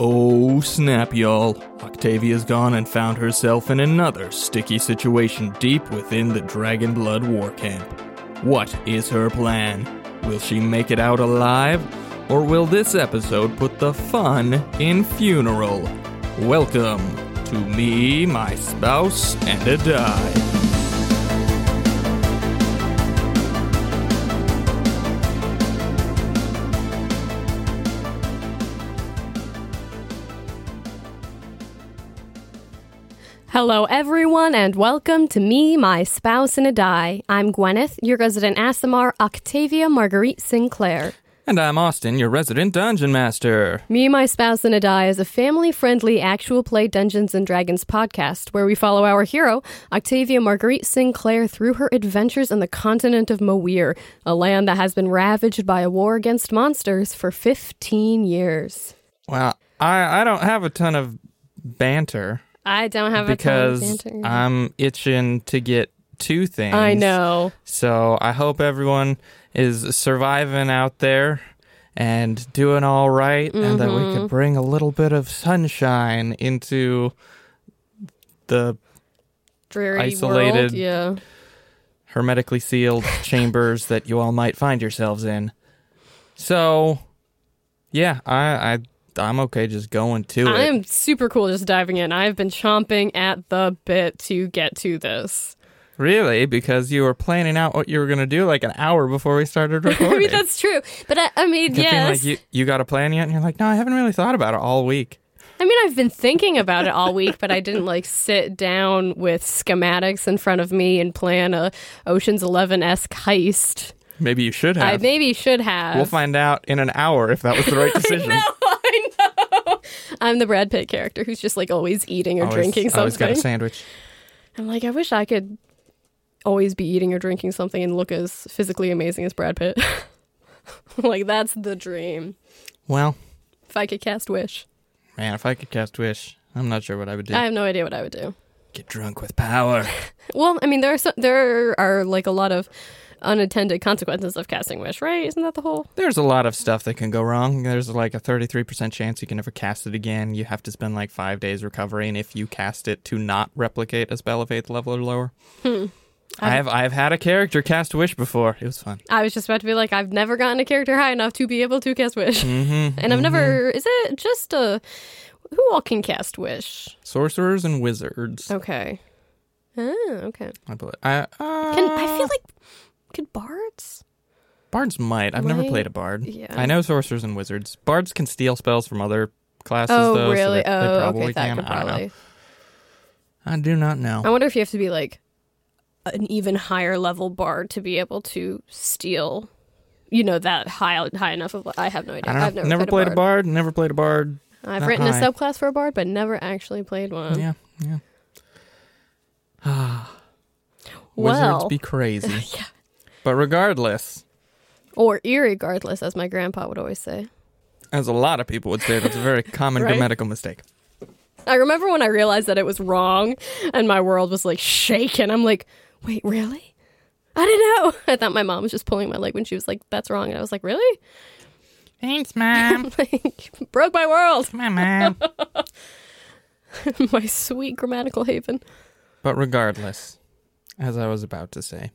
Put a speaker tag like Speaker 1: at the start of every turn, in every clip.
Speaker 1: Oh snap, y'all. Octavia's gone and found herself in another sticky situation deep within the Dragonblood war camp. What is her plan? Will she make it out alive? Or will this episode put the fun in funeral? Welcome to Me, My Spouse, and a Die.
Speaker 2: Hello, everyone, and welcome to Me, My Spouse, and a Die. I'm Gwyneth, your resident Asimar, Octavia Marguerite Sinclair.
Speaker 1: And I'm Austin, your resident dungeon master.
Speaker 2: Me, My Spouse, and a Die is a family friendly actual play Dungeons and Dragons podcast where we follow our hero, Octavia Marguerite Sinclair, through her adventures on the continent of Moir, a land that has been ravaged by a war against monsters for 15 years.
Speaker 1: Well, I, I don't have a ton of banter
Speaker 2: I don't have a
Speaker 1: because
Speaker 2: ton of banter.
Speaker 1: I'm itching to get two things.
Speaker 2: I know.
Speaker 1: So I hope everyone is surviving out there and doing all right, and that we
Speaker 2: Mm-hmm.
Speaker 1: can bring a little bit of sunshine into the
Speaker 2: Dreary
Speaker 1: Isolated.
Speaker 2: world. Yeah.
Speaker 1: hermetically sealed chambers that you all might find yourselves in. So, yeah, I, I I'm okay just going to
Speaker 2: I
Speaker 1: it.
Speaker 2: am super cool just diving in. I've been chomping at the bit to get to this.
Speaker 1: Really, because you were planning out what you were gonna do like an hour before we started recording.
Speaker 2: I mean, that's true. But I, I mean,
Speaker 1: It being
Speaker 2: yes.
Speaker 1: Like you, you got a plan yet? And you're like, no, I haven't really thought about it all week.
Speaker 2: I mean, I've been thinking about it all week, but I didn't like sit down with schematics in front of me and plan a Ocean's Eleven esque heist.
Speaker 1: Maybe you should
Speaker 2: I
Speaker 1: have.
Speaker 2: maybe should have.
Speaker 1: We'll find out in an hour if that was the right decision.
Speaker 2: no, I know. I'm the Brad Pitt character who's just like always eating or
Speaker 1: Always-
Speaker 2: drinking
Speaker 1: Always got
Speaker 2: something.
Speaker 1: a sandwich.
Speaker 2: I'm like, I wish I could always be eating or drinking something and look as physically amazing as Brad Pitt. like that's the dream.
Speaker 1: Well,
Speaker 2: If I could cast wish,
Speaker 1: man, if I could cast wish, I'm not sure what I would do.
Speaker 2: I have no idea what I would do.
Speaker 1: Get drunk with power.
Speaker 2: Well, I mean, there are so, there are like a lot of unintended consequences of casting wish, right? Isn't that the whole?
Speaker 1: There's a lot of stuff that can go wrong. There's like a 33% chance you can never cast it again. You have to spend like five days recovering if you cast it to not replicate a spell of eighth level or lower.
Speaker 2: Hmm.
Speaker 1: I have I've had a character cast wish before. It was fun.
Speaker 2: I was just about to be like, I've never gotten a character high enough to be able to cast wish,
Speaker 1: Mm-hmm.
Speaker 2: and I've never. Is it just a who all can cast wish?
Speaker 1: Sorcerers and wizards.
Speaker 2: Okay. Oh, okay.
Speaker 1: I believe. I, uh,
Speaker 2: Can I feel like could bards?
Speaker 1: bards might. I've never
Speaker 2: Might-
Speaker 1: played a bard.
Speaker 2: yeah.
Speaker 1: I know sorcerers and wizards. Bards can steal spells from other classes
Speaker 2: Oh,
Speaker 1: though. so
Speaker 2: really?
Speaker 1: they- they
Speaker 2: oh,
Speaker 1: probably
Speaker 2: okay. That
Speaker 1: can.
Speaker 2: could
Speaker 1: I don't know.
Speaker 2: probably. Oh,
Speaker 1: I do not know.
Speaker 2: I wonder if you have to be like an even higher level bard to be able to steal, you know, that high high enough of. I have no idea.
Speaker 1: I don't know.
Speaker 2: I've never,
Speaker 1: never
Speaker 2: played, a bard.
Speaker 1: Never played a bard.
Speaker 2: I've
Speaker 1: Not
Speaker 2: written a
Speaker 1: high.
Speaker 2: subclass for a bard, but never actually played one.
Speaker 1: Yeah, yeah. Wizards
Speaker 2: well,
Speaker 1: be crazy. But regardless,
Speaker 2: or irregardless, as my grandpa would always say.
Speaker 1: as a lot of people would say, that's a very common
Speaker 2: Right?
Speaker 1: grammatical mistake.
Speaker 2: I remember when I realized that it was wrong, and my world was like shaken. I'm like, wait, really? I didn't know. I thought my mom was just pulling my leg when she was like, "That's wrong," and I was like, "Really?"
Speaker 1: Thanks, mom.
Speaker 2: Like, broke my world.
Speaker 1: My mom.
Speaker 2: my sweet grammatical haven.
Speaker 1: But regardless, as I was about to say,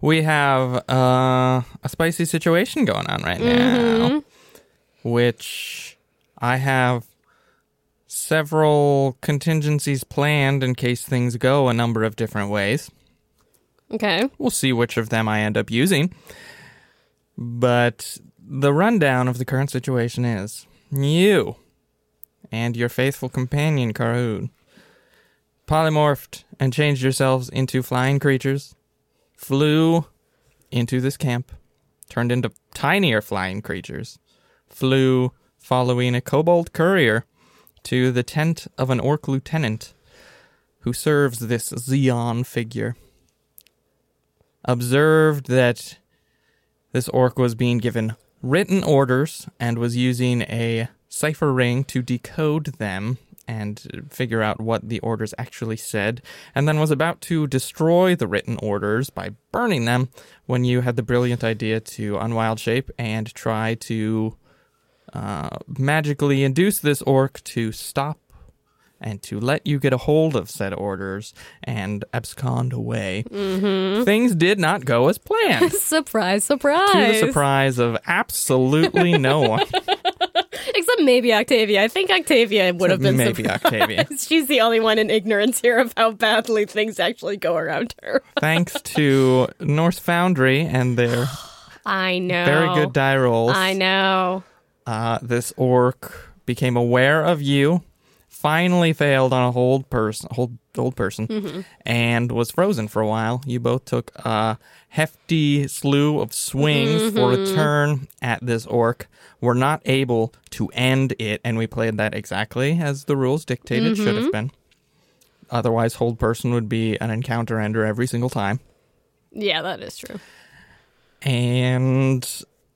Speaker 1: we have uh, a spicy situation going on right now, which I have several contingencies planned in case things go a number of different ways.
Speaker 2: Okay.
Speaker 1: We'll see which of them I end up using. But the rundown of the current situation is you and your faithful companion, Karhoon, polymorphed and changed yourselves into flying creatures, flew into this camp, turned into tinier flying creatures, flew following a kobold courier to the tent of an orc lieutenant who serves this Zeon figure observed that this orc was being given written orders and was using a cipher ring to decode them and figure out what the orders actually said, and then was about to destroy the written orders by burning them when you had the brilliant idea to unwild shape and try to uh, magically induce this orc to stop and to let you get a hold of said orders and abscond away.
Speaker 2: Mm-hmm.
Speaker 1: Things did not go as planned.
Speaker 2: Surprise,
Speaker 1: To the
Speaker 2: surprise.
Speaker 1: surprise of absolutely no one,
Speaker 2: Except maybe Octavia. I think Octavia would have been
Speaker 1: maybe Octavia.
Speaker 2: surprised. She's the only one in ignorance here of how badly things actually go around her.
Speaker 1: Thanks to North Foundry and their
Speaker 2: I know.
Speaker 1: very good die rolls.
Speaker 2: Oh, I know.
Speaker 1: Uh, this orc became aware of you, finally failed on a hold person, hold old person, and was frozen for a while. You both took a hefty slew of swings for a turn at this orc. Were not able to end it, and we played that exactly as the rules dictated should have been. Otherwise, hold person would be an encounter ender every single time.
Speaker 2: Yeah, that is true.
Speaker 1: And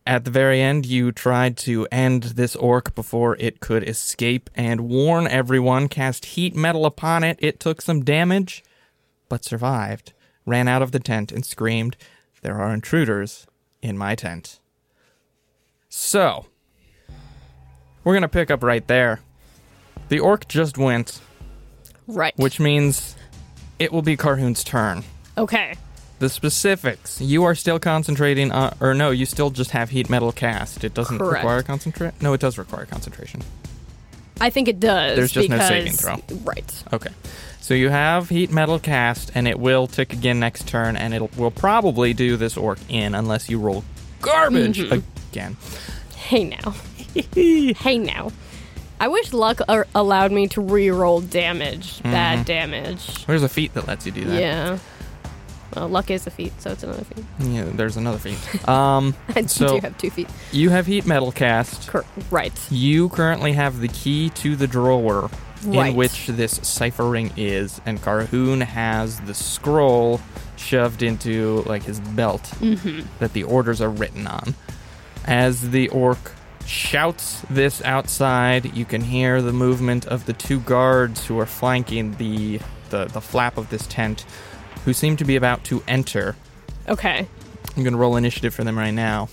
Speaker 1: at the very end, you tried to end this orc before it could escape and warn everyone, cast heat metal upon it. It took some damage, but survived, ran out of the tent, and screamed, There are intruders in my tent. So, we're going to pick up right there. The orc just went,
Speaker 2: Right.
Speaker 1: which means it will be Carhoon's turn
Speaker 2: Okay.
Speaker 1: the specifics. You are still concentrating, on, or no, you still just have heat metal cast. It doesn't
Speaker 2: Correct.
Speaker 1: require concentrate. No, it does require concentration.
Speaker 2: I think it does.
Speaker 1: There's just no
Speaker 2: because...
Speaker 1: saving throw.
Speaker 2: Right.
Speaker 1: Okay, so you have heat metal cast, and it will tick again next turn, and it will probably do this orc in unless you roll garbage
Speaker 2: Mm-hmm.
Speaker 1: again.
Speaker 2: Hey now. hey now. I wish luck ar- allowed me to re-roll damage,
Speaker 1: Mm-hmm.
Speaker 2: bad damage.
Speaker 1: There's a feat that lets you do that.
Speaker 2: Yeah. Well, luck is a feat, so it's another feat.
Speaker 1: Yeah, there's another feat. Um,
Speaker 2: I
Speaker 1: So-
Speaker 2: do have two feet.
Speaker 1: you have heat metal cast.
Speaker 2: Cor- right.
Speaker 1: You currently have the key to the drawer
Speaker 2: Right.
Speaker 1: in which this ciphering is, and Carhoon has the scroll shoved into like his belt that the orders are written on. As the orc shouts this outside, you can hear the movement of the two guards who are flanking the the, the flap of this tent, who seem to be about to enter.
Speaker 2: Okay.
Speaker 1: I'm gonna roll initiative for them right now.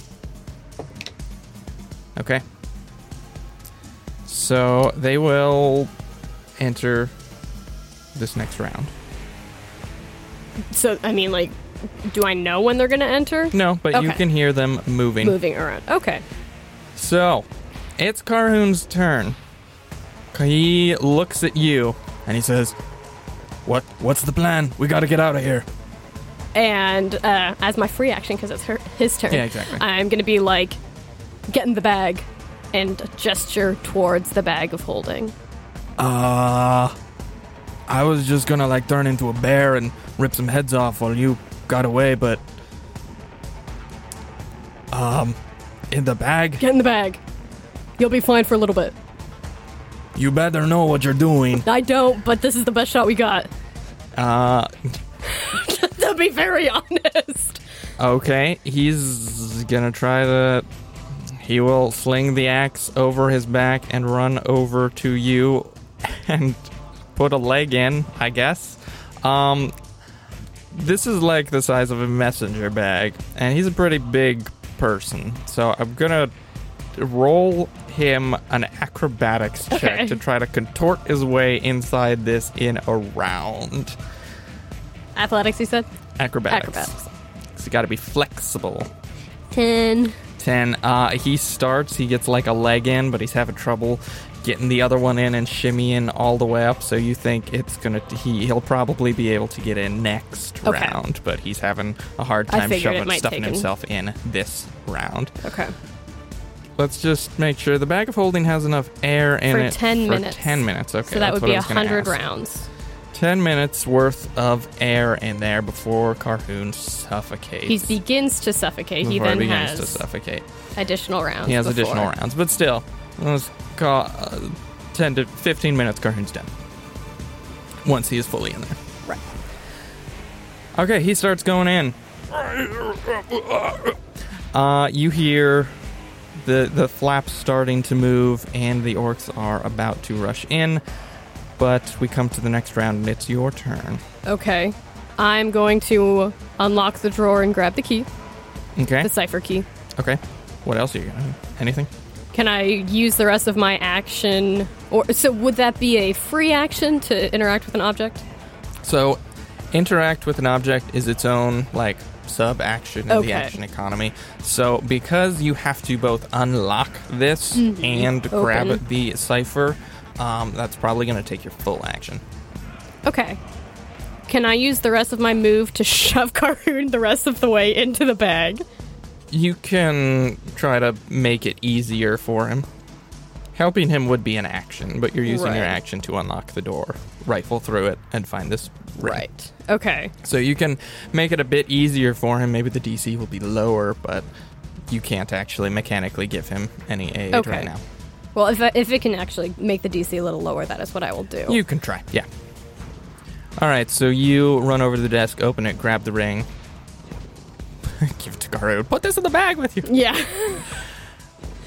Speaker 1: Okay. So they will enter this next round.
Speaker 2: So I mean, like, do I know when they're gonna enter?
Speaker 1: No, but you
Speaker 2: Okay.
Speaker 1: can hear them moving.
Speaker 2: Moving around. Okay.
Speaker 1: So it's Carhoon's turn. He looks at you and he says, "What? What's the plan? We gotta get out of here."
Speaker 2: And uh, as my free action, because it's her- his turn.
Speaker 1: Yeah, exactly.
Speaker 2: I'm gonna be like, get in the bag, and gesture towards the bag of holding.
Speaker 1: Uh, I was just gonna like turn into a bear and rip some heads off while you got away, but um, in the bag,
Speaker 2: Get in the bag. You'll be fine for a little bit.
Speaker 1: you better know what you're doing.
Speaker 2: I don't, but this is the best shot we got.
Speaker 1: Uh,
Speaker 2: to be very honest.
Speaker 1: okay, he's gonna try to. He will sling the axe over his back and run over to you and put a leg in, I guess. Um, this is like the size of a messenger bag, and he's a pretty big person. So I'm gonna roll him an acrobatics
Speaker 2: Okay.
Speaker 1: check to try to contort his way inside this in a round.
Speaker 2: Athletics, you said?
Speaker 1: Acrobatics.
Speaker 2: Acrobatics.
Speaker 1: He's got to be flexible.
Speaker 2: 10.
Speaker 1: 10. Uh, he starts, he gets like a leg in, but he's having trouble getting the other one in and shimmying all the way up. So you think it's going to, he, he'll probably be able to get in next
Speaker 2: Okay.
Speaker 1: round, but he's having a hard
Speaker 2: I
Speaker 1: time
Speaker 2: figured it
Speaker 1: shoving,
Speaker 2: might
Speaker 1: stuffing
Speaker 2: take him.
Speaker 1: himself in this round.
Speaker 2: Okay.
Speaker 1: Let's just make sure the bag of holding has enough air in
Speaker 2: For
Speaker 1: it
Speaker 2: 10
Speaker 1: for
Speaker 2: minutes.
Speaker 1: 10 minutes. Okay.
Speaker 2: so that
Speaker 1: that's
Speaker 2: would
Speaker 1: what
Speaker 2: be
Speaker 1: I was gonna
Speaker 2: 100
Speaker 1: ask.
Speaker 2: rounds.
Speaker 1: 10 minutes worth of air in there before Carhoon suffocates.
Speaker 2: He begins to suffocate. He
Speaker 1: before
Speaker 2: then
Speaker 1: he begins to
Speaker 2: has
Speaker 1: suffocate.
Speaker 2: additional rounds.
Speaker 1: He has
Speaker 2: before.
Speaker 1: additional rounds, but still, let's call uh, 10 to 15 minutes. Carhoon's done. Once he is fully in there.
Speaker 2: Right.
Speaker 1: Okay, he starts going in. Uh, you hear the the flaps starting to move, and the orcs are about to rush in. But we come to the next round, and it's your turn.
Speaker 2: Okay. I'm going to unlock the drawer and grab the key,
Speaker 1: Okay.
Speaker 2: the cipher key.
Speaker 1: Okay. What else are you gonna? Anything?
Speaker 2: Can I use the rest of my action? Or so would that be a free action to interact with an object?
Speaker 1: So, interact with an object is its own like sub action in
Speaker 2: Okay.
Speaker 1: the action economy. So, because you have to both unlock this and grab
Speaker 2: Mm-hmm. Open.
Speaker 1: the cipher, um, that's probably going to take your full action.
Speaker 2: Okay. Can I use the rest of my move to shove Karun the rest of the way into the bag?
Speaker 1: You can try to make it easier for him. Helping him would be an action, but you're using your
Speaker 2: Right.
Speaker 1: action to unlock the door, rifle through it, and find this ring.
Speaker 2: Okay.
Speaker 1: So you can make it a bit easier for him. Maybe the DC will be lower, but you can't actually mechanically give him any aid
Speaker 2: Okay.
Speaker 1: right now.
Speaker 2: Well, if, I, if it can actually make the DC a little lower, that is what I will do.
Speaker 1: You can try, yeah. All right, so you run over to the desk, open it, grab the ring, give it to Garu, put this in the bag with you.
Speaker 2: yeah.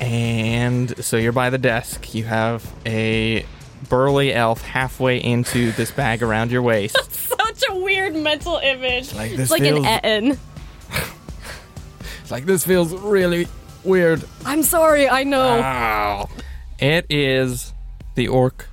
Speaker 1: And so you're by the desk. You have a burly elf halfway into this bag around your waist.
Speaker 2: Such a weird mental image.
Speaker 1: Like, this
Speaker 2: it's like
Speaker 1: feels-
Speaker 2: an Etten.
Speaker 1: It's like this feels really weird.
Speaker 2: I'm sorry, I know.
Speaker 1: Ah. Ow. It is the orc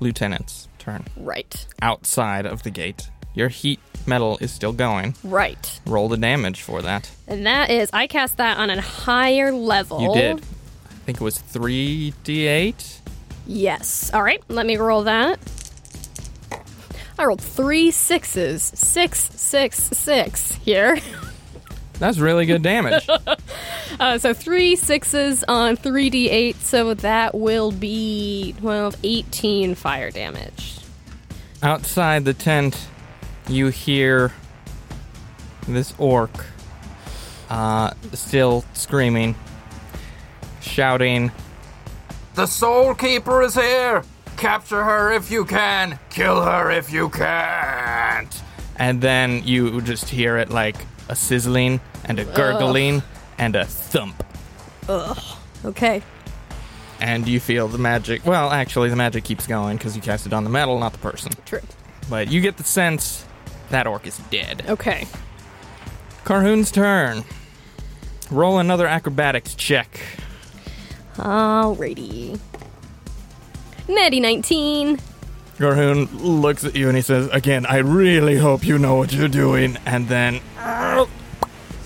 Speaker 1: lieutenant's turn.
Speaker 2: right.
Speaker 1: Outside of the gate, your heat metal is still going.
Speaker 2: Right.
Speaker 1: Roll the damage for that.
Speaker 2: And that is, I cast that on a higher level.
Speaker 1: You did. I think it was 3d8.
Speaker 2: Yes. All right, let me roll that. I rolled three sixes. Six, six, six here.
Speaker 1: That's really good damage.
Speaker 2: Uh, so three sixes on 3d8, so that will be 12, 18 fire damage.
Speaker 1: Outside the tent, you hear this orc uh, still screaming, shouting,
Speaker 3: The Soul Keeper is here! Capture her if you can! Kill her if you can't!
Speaker 1: and then you just hear it like a sizzling and a gurgling and a thump.
Speaker 2: Okay.
Speaker 1: And you feel the magic. Well, actually, the magic keeps going because you cast it on the metal, not the person.
Speaker 2: True.
Speaker 1: But you get the sense that orc is dead.
Speaker 2: Okay.
Speaker 1: Carhoon's turn. Roll another acrobatics check.
Speaker 2: Alrighty. Natty 19.
Speaker 1: Garhoon looks at you and he says, Again, I really hope you know what you're doing. And then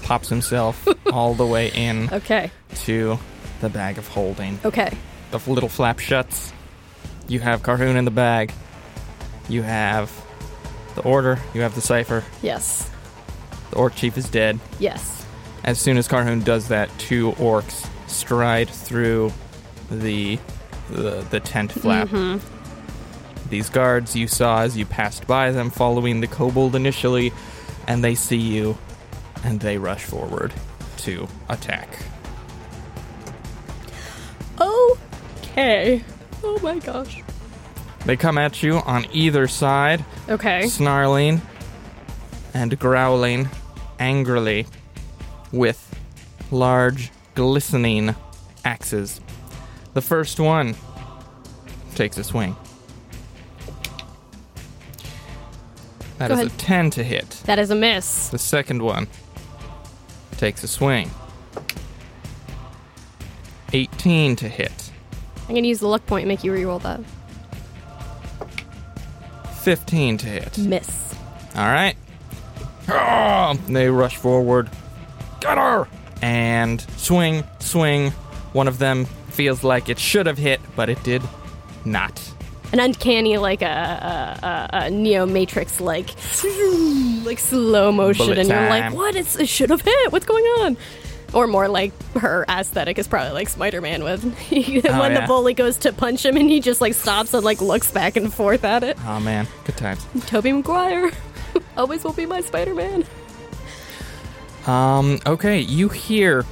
Speaker 1: pops himself all the way in
Speaker 2: Okay.
Speaker 1: to the bag of holding.
Speaker 2: Okay.
Speaker 1: The f- little flap shuts. You have Carhoon in the bag. You have the order. You have the cipher.
Speaker 2: Yes.
Speaker 1: The orc chief is dead.
Speaker 2: Yes.
Speaker 1: As soon as Carhoon does that, two orcs stride through the the, the tent flap. These guards you saw as you passed by them, following the kobold initially, and they see you, and they rush forward to attack.
Speaker 2: Okay. Oh my gosh.
Speaker 1: They come at you on either side,
Speaker 2: Okay.
Speaker 1: snarling and growling angrily with large glistening axes. The first one takes a swing. That
Speaker 2: Go
Speaker 1: is a
Speaker 2: ahead.
Speaker 1: 10 to hit.
Speaker 2: That is a miss.
Speaker 1: The second one takes a swing. 18 to hit.
Speaker 2: I'm going to use the luck point and make you reroll that.
Speaker 1: 15 to hit.
Speaker 2: Miss.
Speaker 1: All right. Ah! They rush forward. Get her! And swing, swing. One of them feels like it should have hit, but it did not.
Speaker 2: An uncanny, like a, a, a, a Neo Matrix, like like slow motion,
Speaker 1: Bullet
Speaker 2: and you're like,
Speaker 1: time.
Speaker 2: "What? It's, it should have hit. What's going on?" Or more like her aesthetic is probably like Spider Man with when the
Speaker 1: Oh, yeah.
Speaker 2: bully goes to punch him and he just like stops and like looks back and forth at it.
Speaker 1: Oh man, good times.
Speaker 2: Toby Maguire always will be my Spider Man.
Speaker 1: Um, okay, you hear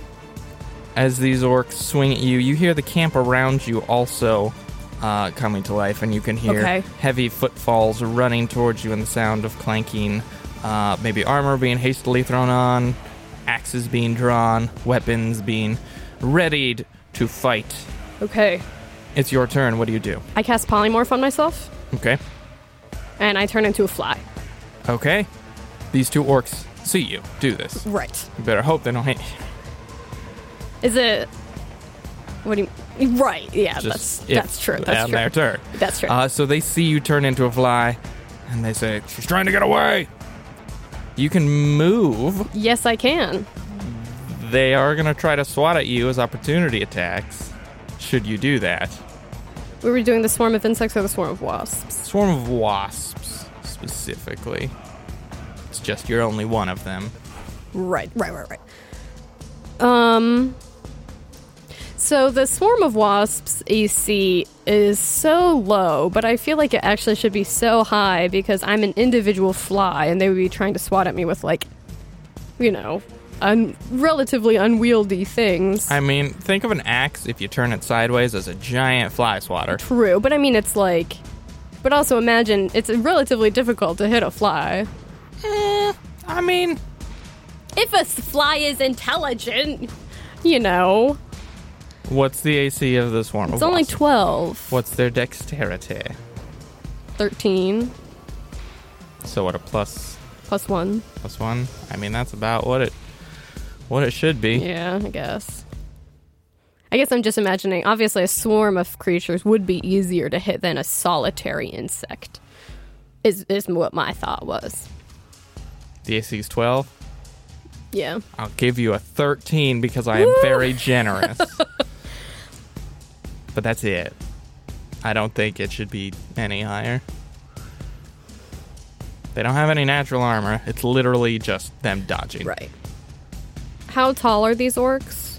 Speaker 1: as these orcs swing at you, you hear the camp around you also uh, coming to life, and you can hear
Speaker 2: Okay.
Speaker 1: heavy footfalls running towards you and the sound of clanking, uh, maybe armor being hastily thrown on, axes being drawn, weapons being readied to fight.
Speaker 2: Okay,
Speaker 1: It's your turn. What do you do?
Speaker 2: I cast polymorph on myself
Speaker 1: Okay.
Speaker 2: and I turn into a fly.
Speaker 1: Okay. These two orcs see you do this.
Speaker 2: Right.
Speaker 1: You better hope they don't hit you.
Speaker 2: Is it What do you? Right? Yeah, that's
Speaker 1: Just if
Speaker 2: that's true. That's
Speaker 1: on
Speaker 2: true.
Speaker 1: their turn.
Speaker 2: That's true.
Speaker 1: Uh, so they see you turn into a fly, and they say, "She's trying to get away." You can move.
Speaker 2: yes, I can.
Speaker 1: They are gonna try to swat at you as opportunity attacks. Should you do that?
Speaker 2: We were doing the swarm of insects or the swarm of wasps.
Speaker 1: Swarm of wasps, specifically. It's just you're only one of them.
Speaker 2: Right, right, right, right. Um. So the swarm of wasps EC is so low, but I feel like it actually should be so high because I'm an individual fly, and they would be trying to swat at me with like, you know, un- relatively unwieldy things.
Speaker 1: I mean, think of an axe if you turn it sideways as a giant fly swatter.
Speaker 2: True, but I mean it's like, but also imagine it's relatively difficult to hit a fly.
Speaker 1: Eh, I mean,
Speaker 2: If a s- fly is intelligent, you know,
Speaker 1: what's the AC of the swarm
Speaker 2: it's
Speaker 1: of
Speaker 2: only
Speaker 1: wasps?
Speaker 2: 12,
Speaker 1: What's their dexterity?
Speaker 2: 13
Speaker 1: So what a plus
Speaker 2: plus one.
Speaker 1: plus one. I mean, that's about what it what it should be.
Speaker 2: Yeah, I guess. I guess I'm just imagining. Obviously, a swarm of creatures would be easier to hit than a solitary insect. Is is what my thought was.
Speaker 1: The AC is twelve.
Speaker 2: Yeah.
Speaker 1: I'll give you a thirteen because I am
Speaker 2: Woo!
Speaker 1: very generous. but that's it. I don't think it should be any higher. They don't have any natural armor. It's literally just them dodging.
Speaker 2: Right. How tall are these orcs?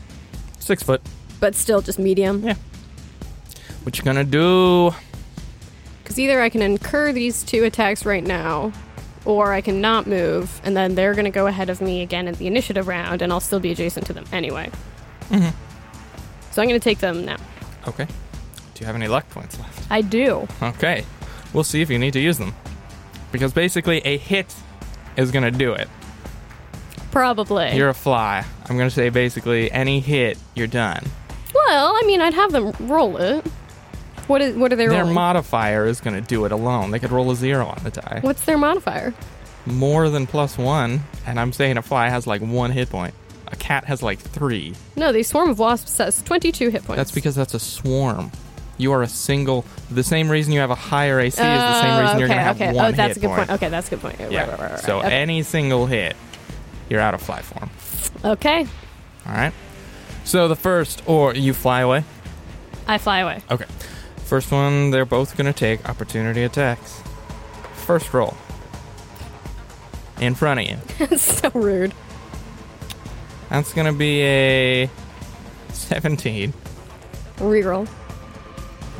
Speaker 1: Six foot.
Speaker 2: But still, just medium.
Speaker 1: Yeah. What you gonna do?
Speaker 2: Because either I can incur these two attacks right now, or I can not move, and then they're going to go ahead of me again in the initiative round, and I'll still be adjacent to them anyway.
Speaker 1: Mm-hmm.
Speaker 2: So I'm going to take them now.
Speaker 1: Okay. Do you have any luck points left?
Speaker 2: I do.
Speaker 1: Okay. We'll see if you need to use them. Because basically, a hit is going to do it.
Speaker 2: Probably.
Speaker 1: You're a fly. I'm going to say basically, any hit, you're done.
Speaker 2: well, I mean, I'd have them roll it. What is? What are they
Speaker 1: Their
Speaker 2: rolling?
Speaker 1: modifier is going to do it alone. They could roll a zero on the die.
Speaker 2: What's their modifier?
Speaker 1: More than plus one. And I'm saying a fly has like one hit point. A cat has like three.
Speaker 2: No, the swarm of wasps says 22 hit points.
Speaker 1: That's because that's a swarm. You are a single. The same reason you have a higher AC is the
Speaker 2: Oh,
Speaker 1: same reason you're
Speaker 2: okay,
Speaker 1: going to have
Speaker 2: okay.
Speaker 1: one
Speaker 2: Oh, that's
Speaker 1: hit
Speaker 2: a good point. Okay, that's a good point. Right,
Speaker 1: Yeah.
Speaker 2: right, right, right,
Speaker 1: So
Speaker 2: okay.
Speaker 1: any single hit, you're out of fly form. eh.
Speaker 2: okay,
Speaker 1: All right. So the first, or you fly away.
Speaker 2: I fly away.
Speaker 1: Okay. First one, they're both going to take opportunity attacks. First roll. In front of you.
Speaker 2: That's so rude.
Speaker 1: That's going to be a 17.
Speaker 2: Reroll.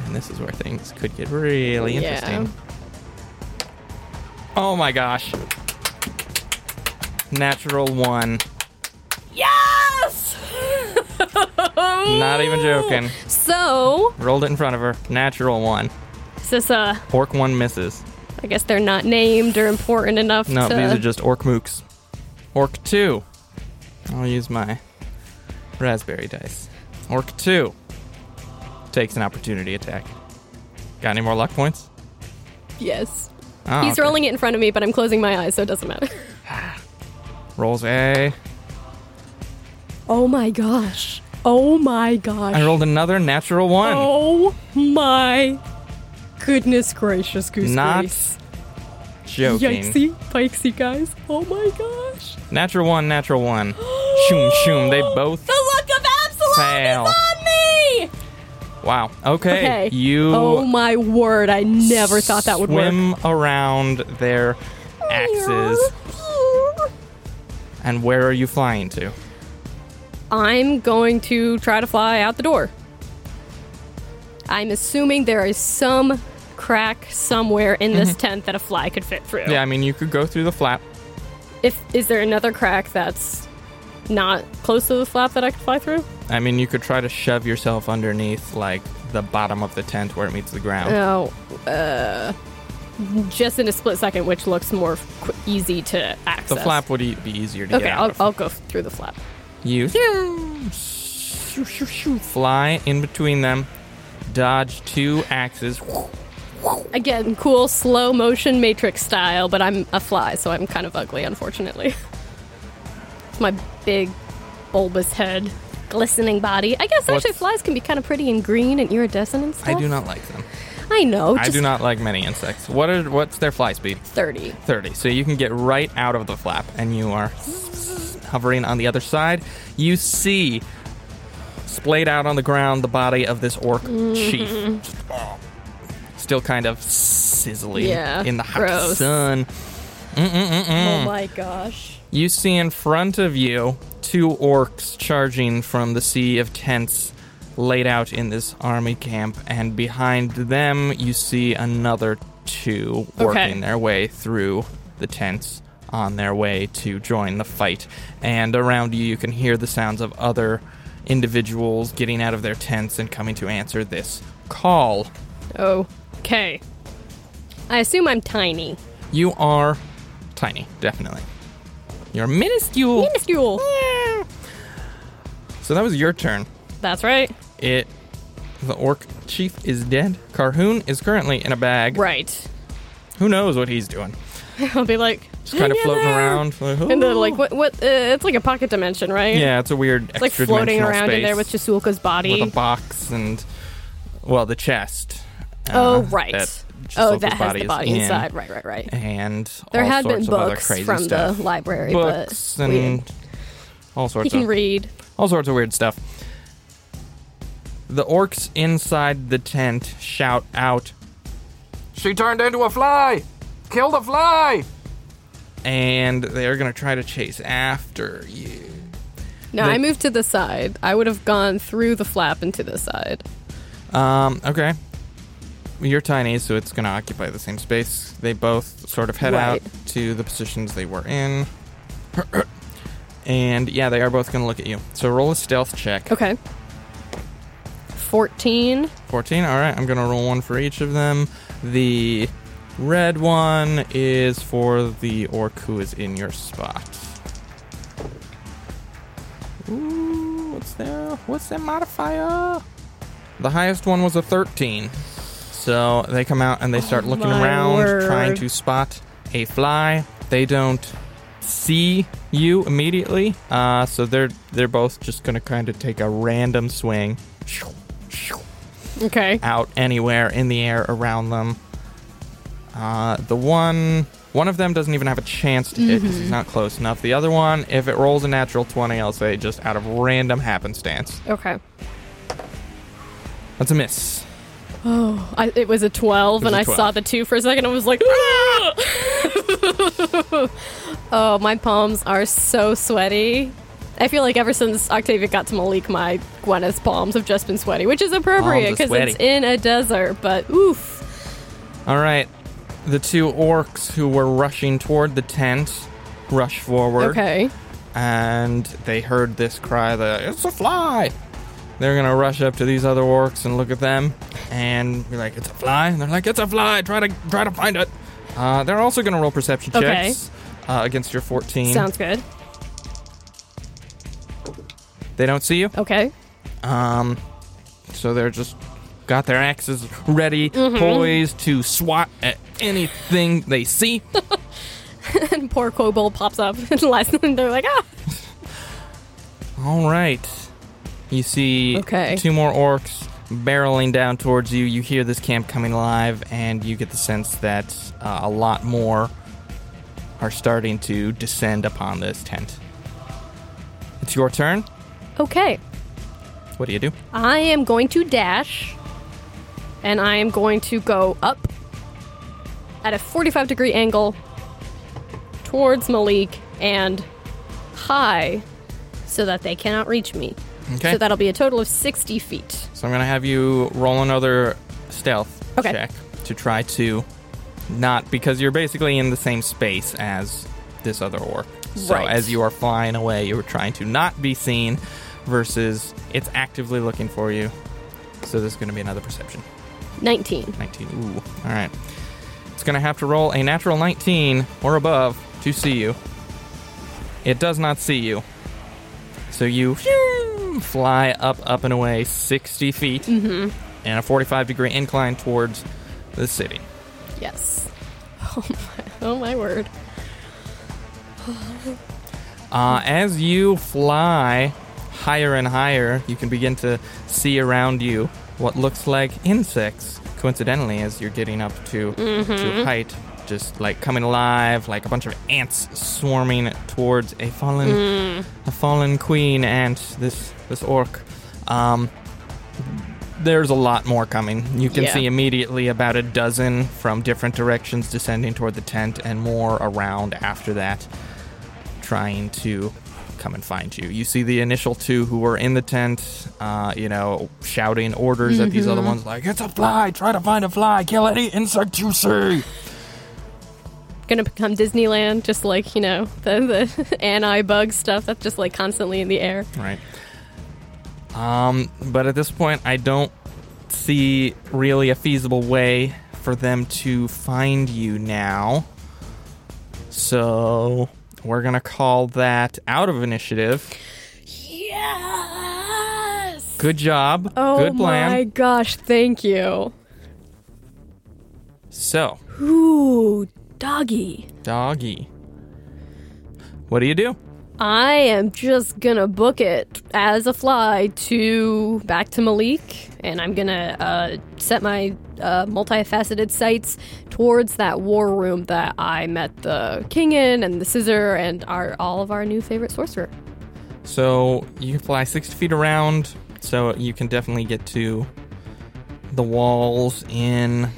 Speaker 1: And this is where things could get really
Speaker 2: Yeah.
Speaker 1: interesting. Oh my gosh. Natural one.
Speaker 2: Yes!
Speaker 1: Not even joking.
Speaker 2: So,
Speaker 1: Rolled it in front of her. Natural one.
Speaker 2: is this a?
Speaker 1: Orc one misses.
Speaker 2: I guess they're not named or important enough.
Speaker 1: No,
Speaker 2: to,
Speaker 1: these are just orc mooks. Orc 2. I'll use my raspberry dice. Orc 2 takes an opportunity attack. Got any more luck points?
Speaker 2: yes.
Speaker 1: Oh,
Speaker 2: He's
Speaker 1: okay.
Speaker 2: rolling it in front of me, but I'm closing my eyes, so it doesn't matter.
Speaker 1: Rolls a.
Speaker 2: Oh my gosh! Oh my gosh!
Speaker 1: I rolled another natural one.
Speaker 2: Oh my goodness gracious, goose
Speaker 1: Not
Speaker 2: grease.
Speaker 1: Joking.
Speaker 2: Yikesy, pikesy, guys! Oh my gosh!
Speaker 1: Natural one, natural one. shoom, shoom. They both.
Speaker 2: The luck of Absalom
Speaker 1: Fail.
Speaker 2: is on me.
Speaker 1: Wow. Okay.
Speaker 2: Okay.
Speaker 1: You.
Speaker 2: Oh my word! I never thought that would work.
Speaker 1: swim around their axes. And where are you flying to?
Speaker 2: I'm going to try to fly out the door. I'm assuming there is some crack somewhere in this tent that a fly could fit through.
Speaker 1: Mm-hmm. Yeah, I mean, you could go through the flap.
Speaker 2: If is there another crack that's not close to the flap that I could fly through?
Speaker 1: I mean, you could try to shove yourself underneath, like, the bottom of the tent where it meets the ground.
Speaker 2: No. Uh, just in a split second, which looks more qu- easy to access.
Speaker 1: the flap would e- be easier to
Speaker 2: Okay,
Speaker 1: get out
Speaker 2: I'll,
Speaker 1: of.
Speaker 2: I'll go through the flap.
Speaker 1: you shoo, shoo, shoo, fly in between them, dodge two axes.
Speaker 2: Again, cool slow motion matrix style, but I'm a fly, so I'm kind of ugly, unfortunately. it's my big bulbous head. glistening body. I guess actually
Speaker 1: What's-
Speaker 2: flies can be kind of pretty and green and iridescent and stuff.
Speaker 1: I do not like them.
Speaker 2: I know.
Speaker 1: I
Speaker 2: Just
Speaker 1: do not like many insects. What are what's their fly speed?
Speaker 2: Thirty.
Speaker 1: 30. So you can get right out of the flap and you are hovering on the other side. You see splayed out on the ground the body of this orc
Speaker 2: Mm-hmm.
Speaker 1: chief. Just, oh, still kind of sizzling
Speaker 2: Yeah,
Speaker 1: in the hot
Speaker 2: gross.
Speaker 1: sun. Hmm.
Speaker 2: Oh my gosh.
Speaker 1: You see in front of you two orcs charging from the sea of tents laid out in this army camp, and behind them you see another two working their way through the tents on their way to join the fight. And around you, you can hear the sounds of other individuals getting out of their tents and coming to answer this call.
Speaker 2: Okay. I assume I'm tiny.
Speaker 1: You are tiny, definitely. You're minuscule.
Speaker 2: Minuscule.
Speaker 1: so that was your turn.
Speaker 2: That's right.
Speaker 1: It. The orc chief is dead. Carhoon is currently in a bag.
Speaker 2: Right.
Speaker 1: Who knows what he's doing?
Speaker 2: I'll be like
Speaker 1: Just kind of
Speaker 2: "Hang in
Speaker 1: floating
Speaker 2: there."
Speaker 1: around. Like,
Speaker 2: And
Speaker 1: "Ooh."
Speaker 2: then like what what? Uh, it's like a pocket dimension, right?
Speaker 1: yeah, it's a weird
Speaker 2: It's like floating around in there with Jasulka's body.
Speaker 1: with a box and well, the chest. uh,
Speaker 2: oh right.
Speaker 1: that
Speaker 2: oh,
Speaker 1: Jasulka's
Speaker 2: that has the
Speaker 1: is
Speaker 2: body
Speaker 1: in,
Speaker 2: inside. Right, right, right.
Speaker 1: And
Speaker 2: There
Speaker 1: all
Speaker 2: had been
Speaker 1: sorts of other
Speaker 2: books
Speaker 1: crazy
Speaker 2: from
Speaker 1: stuff.
Speaker 2: the library,
Speaker 1: books
Speaker 2: but
Speaker 1: and
Speaker 2: we-
Speaker 1: all sorts
Speaker 2: he can
Speaker 1: of
Speaker 2: read.
Speaker 1: all sorts of weird stuff. The orcs inside the tent shout out
Speaker 3: She turned into a fly! Kill the fly!
Speaker 1: and they're gonna try to chase after you.
Speaker 2: No,
Speaker 1: They-
Speaker 2: I moved to the side. I would have gone through the flap into the side.
Speaker 1: Um, okay. You're tiny, so it's gonna occupy the same space. They both sort of head out
Speaker 2: Right.
Speaker 1: to the positions they were in. and yeah, they are both gonna look at you. So roll a stealth check.
Speaker 2: Okay. Fourteen.
Speaker 1: 14. All right, I'm going to roll one for each of them. The red one is for the orc who is in your spot. Ooh, what's their what's their modifier? The highest one was a 13. So they come out and they start looking
Speaker 2: Oh my
Speaker 1: around trying
Speaker 2: word.
Speaker 1: to spot a fly. They don't see you immediately. Uh, so they're they're both just going to kind of take a random swing
Speaker 2: Okay.
Speaker 1: out anywhere in the air around them. Uh, the one one of them doesn't even have a chance to hit because he's not close enough. The other one, if it rolls a natural twenty, I'll say just out of random happenstance.
Speaker 2: Okay.
Speaker 1: That's a miss.
Speaker 2: I, it was a 12,
Speaker 1: It was
Speaker 2: and
Speaker 1: a
Speaker 2: I
Speaker 1: 12.
Speaker 2: saw the 2 for a second. I was like, "Ah!" oh, my palms are so sweaty. I feel like ever since Octavia got to Malik, my Gwyneth's palms have just been sweaty, which is appropriate
Speaker 1: Palms are
Speaker 2: because it's
Speaker 1: sweaty.
Speaker 2: in a desert, but oof.
Speaker 1: All right, the two orcs who were rushing toward the tent rush forward,
Speaker 2: Okay.
Speaker 1: and they heard this cry: "The it's a fly." They're gonna rush up to these other orcs and look at them, and be like, "It's a fly," and they're like, "It's a fly." Try to try to find it. Uh, they're also gonna roll perception
Speaker 2: Okay.
Speaker 1: checks uh, against your fourteen.
Speaker 2: Sounds good.
Speaker 1: They don't see you,
Speaker 2: Okay.
Speaker 1: um, so they're just got their axes ready,
Speaker 2: Mm-hmm.
Speaker 1: poised to swat at anything they see.
Speaker 2: And poor Quobold pops up and lies, and they're like, ah.
Speaker 1: All right. You see
Speaker 2: Okay.
Speaker 1: two more orcs barreling down towards you. You hear this camp coming alive, and you get the sense that uh, a lot more are starting to descend upon this tent. It's your turn.
Speaker 2: Okay.
Speaker 1: What do you do?
Speaker 2: I am going to dash and I am going to go up at a 45 degree angle towards Malik and high so that they cannot reach me.
Speaker 1: Okay.
Speaker 2: So that'll be a total of 60 feet.
Speaker 1: So I'm going to have you roll another stealth
Speaker 2: Okay.
Speaker 1: check to try to not, because you're basically in the same space as this other orc. So
Speaker 2: Right.
Speaker 1: as you are flying away, you are trying to not be seen versus it's actively looking for you. So there's going to be another perception.
Speaker 2: 19.
Speaker 1: 19. Ooh. All right. It's going to have to roll a natural 19 or above to see you. It does not see you. So you phew, fly up, up, and away 60 feet and a 45 degree incline towards the city.
Speaker 2: Yes. Oh my, oh my word.
Speaker 1: Uh, as you fly higher and higher, you can begin to see around you what looks like insects. Coincidentally, as you're getting up to to height, just like coming alive, like a bunch of ants swarming towards a fallen a fallen queen ant. This this orc. Um, there's a lot more coming. You can
Speaker 2: Yeah.
Speaker 1: see immediately about a dozen from different directions descending toward the tent, and more around after that trying to come and find you. You see the initial two who were in the tent, uh, you know, shouting orders at these other ones like, "It's a fly! Try to find a fly! Kill any insect you see!"
Speaker 2: Gonna become Disneyland, just like, you know, the, the anti bug stuff that's just like constantly in the air.
Speaker 1: Right. Um, but at this point, I don't see really a feasible way for them to find you now. So we're gonna call that out of initiative.
Speaker 2: Yes!
Speaker 1: Good job.
Speaker 2: Oh
Speaker 1: Good plan.
Speaker 2: my gosh, thank you.
Speaker 1: So,
Speaker 2: Ooh, doggy.
Speaker 1: doggy. What do you do?
Speaker 2: I am just gonna book it as a fly to back to Malik, and I'm gonna uh, set my uh, multifaceted sights towards that war room that I met the king in, and the scissor, and our all of our new favorite sorcerer.
Speaker 1: So you can fly 60 feet around, so you can definitely get to the walls in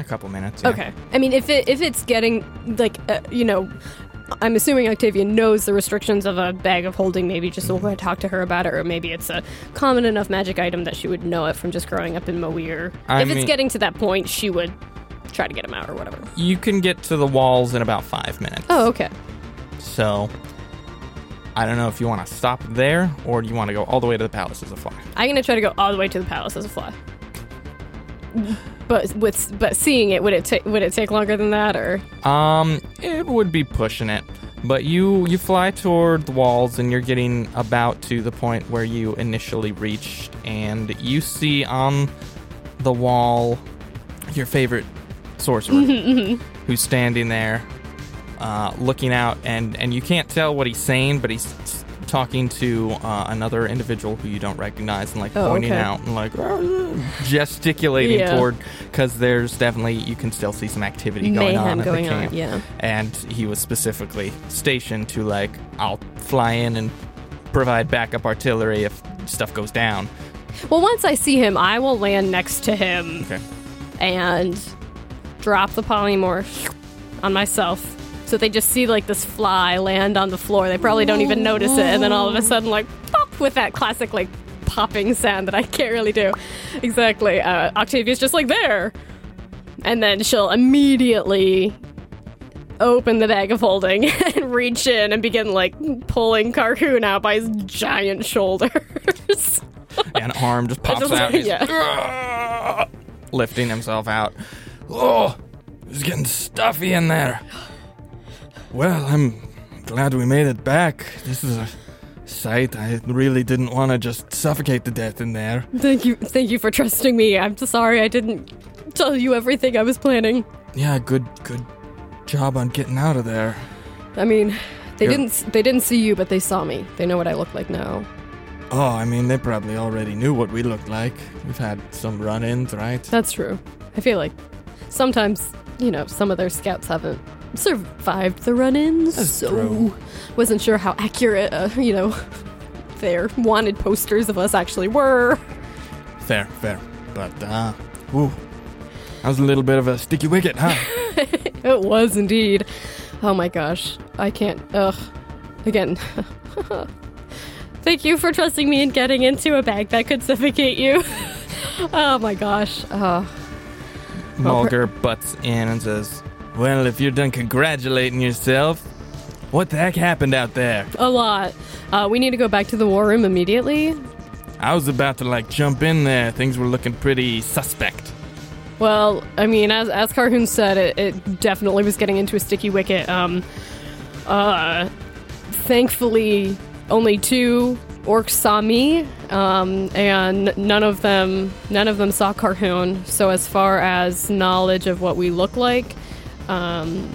Speaker 1: a couple minutes. yeah.
Speaker 2: Okay. I mean, if it if it's getting like uh, you know, I'm assuming Octavia knows the restrictions of a bag of holding. Maybe just we're going to talk to her about it, or maybe it's a common enough magic item that she would know it from just growing up in Moir.
Speaker 1: I
Speaker 2: if
Speaker 1: mean-
Speaker 2: it's getting to that point, she would try to get him out or whatever.
Speaker 1: You can get to the walls in about five minutes.
Speaker 2: Oh, okay.
Speaker 1: So I don't know if you want to stop there or do you want to go all the way to the palace as a fly.
Speaker 2: I'm gonna try to go all the way to the palace as a fly. But with but seeing it, would it take would it take longer than that or?
Speaker 1: Um, it would be pushing it, but you you fly toward the walls and you're getting about to the point where you initially reached, and you see on the wall your favorite sorcerer who's standing there, uh, looking out, and and you can't tell what he's saying, but he's s- talking to uh, another individual who you don't recognize and like
Speaker 2: Oh,
Speaker 1: pointing
Speaker 2: okay.
Speaker 1: out and like gesticulating
Speaker 2: Yeah.
Speaker 1: toward because there's definitely you can still see some activity going
Speaker 2: Mayhem
Speaker 1: on at
Speaker 2: going
Speaker 1: the
Speaker 2: on,
Speaker 1: camp.
Speaker 2: yeah.
Speaker 1: And he was specifically stationed to like, I'll fly in and provide backup artillery if stuff goes down.
Speaker 2: Well, once I see him, I will land next to him.
Speaker 1: Okay.
Speaker 2: and drop the polymorph on myself. So they just see like this fly land on the floor. They probably don't even notice it, and then all of a sudden, like pop with that classic like popping sound that I can't really do. Exactly. Uh, Octavia's just like there, and then she'll immediately open the bag of holding and reach in and begin like pulling Carcoon out by his giant shoulders.
Speaker 1: And an arm just pops
Speaker 2: Just
Speaker 1: out. and
Speaker 2: like-
Speaker 1: he's
Speaker 2: yeah.
Speaker 1: "Ugh," lifting himself out. Oh, it's getting stuffy in there. Well, I'm glad we made it back. This is a sight. I really didn't want to just suffocate to death in there.
Speaker 2: Thank you, thank you for trusting me. I'm so sorry I didn't tell you everything I was planning.
Speaker 1: Yeah, good, good job on getting out of there.
Speaker 2: I mean, they
Speaker 1: You're-
Speaker 2: didn't they didn't see you, but they saw me. They know what I look like now.
Speaker 1: Oh, I mean, they probably already knew what we looked like. We've had some run ins, right?
Speaker 2: That's true. I feel like sometimes you know some of their scouts haven't survived the run-ins,
Speaker 1: That's
Speaker 2: so
Speaker 1: true.
Speaker 2: wasn't sure how accurate uh, you know their wanted posters of us actually were.
Speaker 1: Fair, fair. But, uh, ooh. That was a little bit of a sticky wicket, huh?
Speaker 2: It was indeed. Oh my gosh. I can't. Ugh. Again. Thank you for trusting me and getting into a bag that could suffocate you. oh my gosh. Uh,
Speaker 1: Mulger butts in and says, Well, if you're done congratulating yourself, what the heck happened out there?
Speaker 2: a lot. Uh, we need to go back to the war room immediately.
Speaker 1: I was about to, like, jump in there. Things were looking pretty suspect.
Speaker 2: Well, I mean, as, as Carhoon said, it, it definitely was getting into a sticky wicket. Um, uh, thankfully, only two orcs saw me, um, and none of them none of them saw Carhoon. So, as far as knowledge of what we look like, um,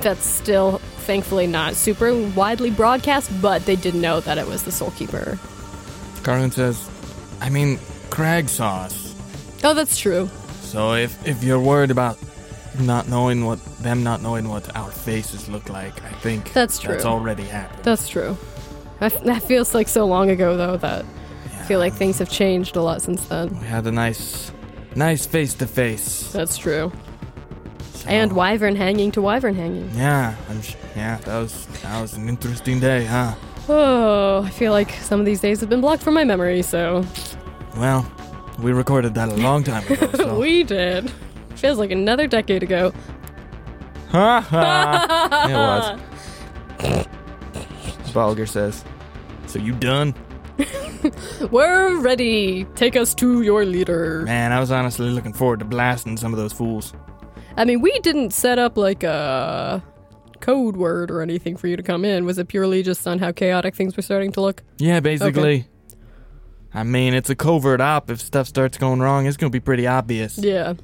Speaker 2: that's still thankfully not super widely broadcast, but they did know that it was the Soul Keeper.
Speaker 1: Carlin says, I mean, Crag sauce.
Speaker 2: Oh, that's true.
Speaker 1: So if, if you're worried about not knowing what them not knowing what our faces look like, I think
Speaker 2: That's
Speaker 1: That's
Speaker 2: true.
Speaker 1: already happened.
Speaker 2: That's true. I f- that feels like so long ago, though, that I feel like things have changed a lot since then.
Speaker 1: we had a nice, nice face to face.
Speaker 2: That's true. And Wyvern hanging to Wyvern hanging.
Speaker 1: Yeah, I'm sh- yeah, that was that was an interesting day, huh?
Speaker 2: Oh, I feel like some of these days have been blocked from my memory, so
Speaker 1: Well, we recorded that a long time ago. So.
Speaker 2: we did. Feels like another decade ago.
Speaker 1: Ha ha! it was. Balger says, "So you done?"
Speaker 2: We're ready. Take us to your leader.
Speaker 1: Man, I was honestly looking forward to blasting some of those fools.
Speaker 2: I mean, we didn't set up like a code word or anything for you to come in. Was it purely just on how chaotic things were starting to look?
Speaker 1: Yeah, basically. I mean, it's a covert op. If stuff starts going wrong, it's gonna be pretty obvious.
Speaker 2: Yeah,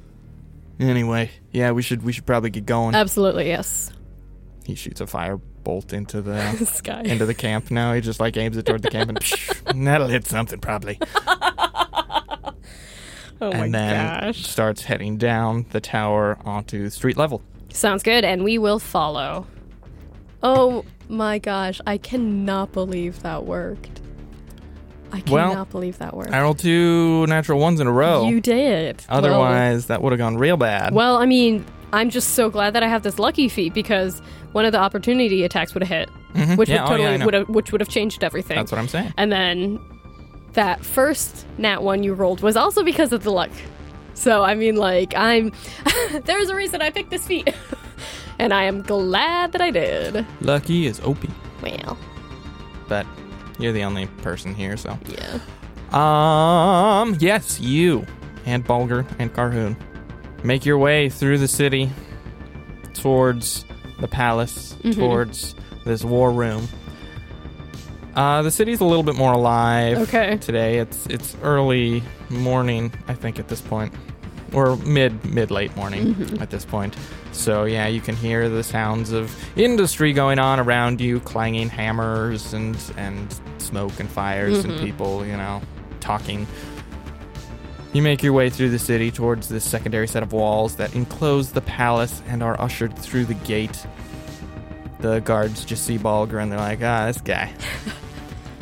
Speaker 1: Anyway, yeah, we should we should probably get
Speaker 2: Uh,
Speaker 1: going.
Speaker 2: absolutely. Yes.
Speaker 1: he shoots a fire bolt into the
Speaker 2: This guy.
Speaker 1: into the camp. Now he just like aims it toward the camp, and, psh, and that'll hit something probably.
Speaker 2: oh my
Speaker 1: and then
Speaker 2: gosh.
Speaker 1: starts heading down the tower onto street level.
Speaker 2: Sounds good, and we will follow. Oh my gosh, I cannot believe that worked. I cannot
Speaker 1: Well,
Speaker 2: believe that worked.
Speaker 1: I rolled two natural ones in a row.
Speaker 2: You did. Well-
Speaker 1: Otherwise, that would have gone real bad.
Speaker 2: Well, I mean, I'm just so glad that I have this lucky feat because one of the opportunity attacks would have hit, which
Speaker 1: Yeah,
Speaker 2: would
Speaker 1: oh, yeah, I
Speaker 2: totally
Speaker 1: know.
Speaker 2: would have, which would have changed everything.
Speaker 1: That's what I'm saying.
Speaker 2: And then that first nat one you rolled was also because of the luck. So I mean, like I'm there's a reason I picked this feat, and I am glad that I did.
Speaker 1: Lucky is OP,
Speaker 2: Well,
Speaker 1: but you're the only person here, so.
Speaker 2: yeah.
Speaker 1: Um, yes, you and Bulger and Carhoon make your way through the city towards the palace, towards this war room. Uh, the city's a little bit more alive
Speaker 2: Okay.
Speaker 1: today. It's it's early morning, I think, at this point, or mid mid late morning at this point. So yeah, you can hear the sounds of industry going on around you, clanging hammers and and smoke and fires and people, you know, talking. You make your way through the city towards this secondary set of walls that enclose the palace and are ushered through the gate. The guards just see Balger and they're like, ah, this guy.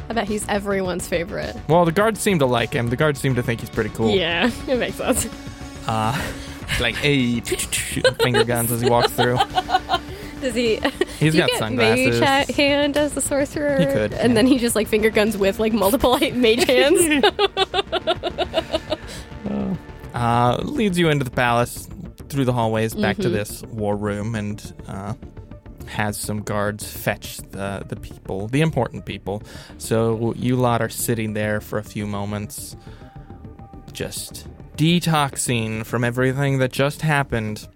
Speaker 2: I bet he's everyone's favorite.
Speaker 1: Well, the guards seem to like him. The guards seem to think he's pretty cool.
Speaker 2: Yeah, it makes sense.
Speaker 1: Uh, like, hey, finger guns as he walks through.
Speaker 2: Does he?
Speaker 1: He's
Speaker 2: do you
Speaker 1: got
Speaker 2: get
Speaker 1: sunglasses.
Speaker 2: Mage ha- hand as the sorcerer.
Speaker 1: He could,
Speaker 2: and
Speaker 1: yeah.
Speaker 2: then he just like finger guns with like multiple like, mage hands.
Speaker 1: Uh, leads you into the palace, through the hallways, back to this war room, and uh, has some guards fetch the, the people, the important people. So you lot are sitting there for a few moments, just detoxing from everything that just happened.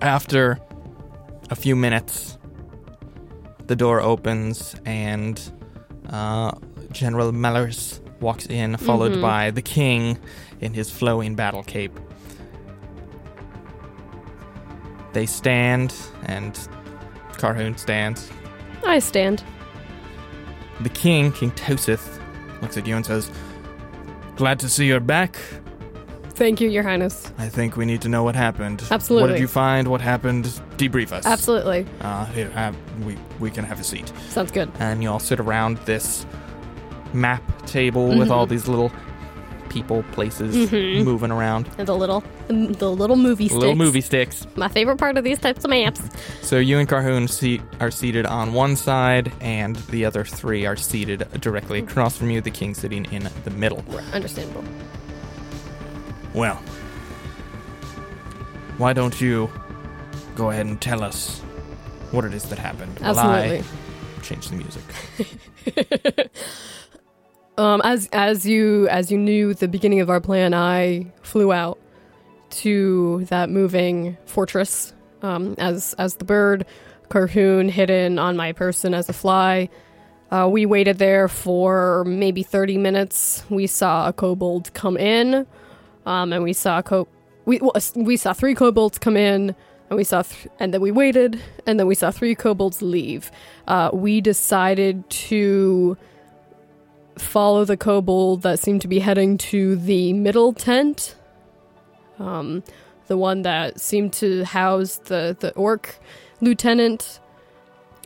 Speaker 1: After a few minutes, the door opens and uh, General Mellors walks in, followed by the king in his flowing battle cape. They stand, and Carhoon stands.
Speaker 2: I stand.
Speaker 1: The king, King Tosith, looks at you and says, Glad to see you're back.
Speaker 2: Thank you, Your Highness.
Speaker 1: I think we need to know what happened. What
Speaker 2: Absolutely.
Speaker 1: did you find? What happened? Debrief us.
Speaker 2: Absolutely.
Speaker 1: Uh, here, have, we, we can have a seat.
Speaker 2: Sounds good.
Speaker 1: and you all sit around this map table with
Speaker 2: Mm-hmm.
Speaker 1: all these little people, places moving around.
Speaker 2: And the little, the, the little movie sticks.
Speaker 1: Little movie sticks.
Speaker 2: My favorite part of these types of maps.
Speaker 1: So you and Carhoon seat are seated on one side, and the other three are seated directly across from you. The king sitting in the middle.
Speaker 2: Understandable.
Speaker 1: Well, why don't you go ahead and tell us what it is that happened? While
Speaker 2: Absolutely.
Speaker 1: I change the music.
Speaker 2: Um, as as you as you knew at the beginning of our plan, I flew out to that moving fortress um, as as the bird, Carhoon hidden on my person as a fly. Uh, we waited there for maybe thirty minutes. We saw a kobold come in, um, and we saw a co- we well, we saw three kobolds come in, and and we saw, th- and then we waited, and then we saw three kobolds leave. Uh, we decided to follow the kobold that seemed to be heading to the middle tent, um, the one that seemed to house the the orc lieutenant,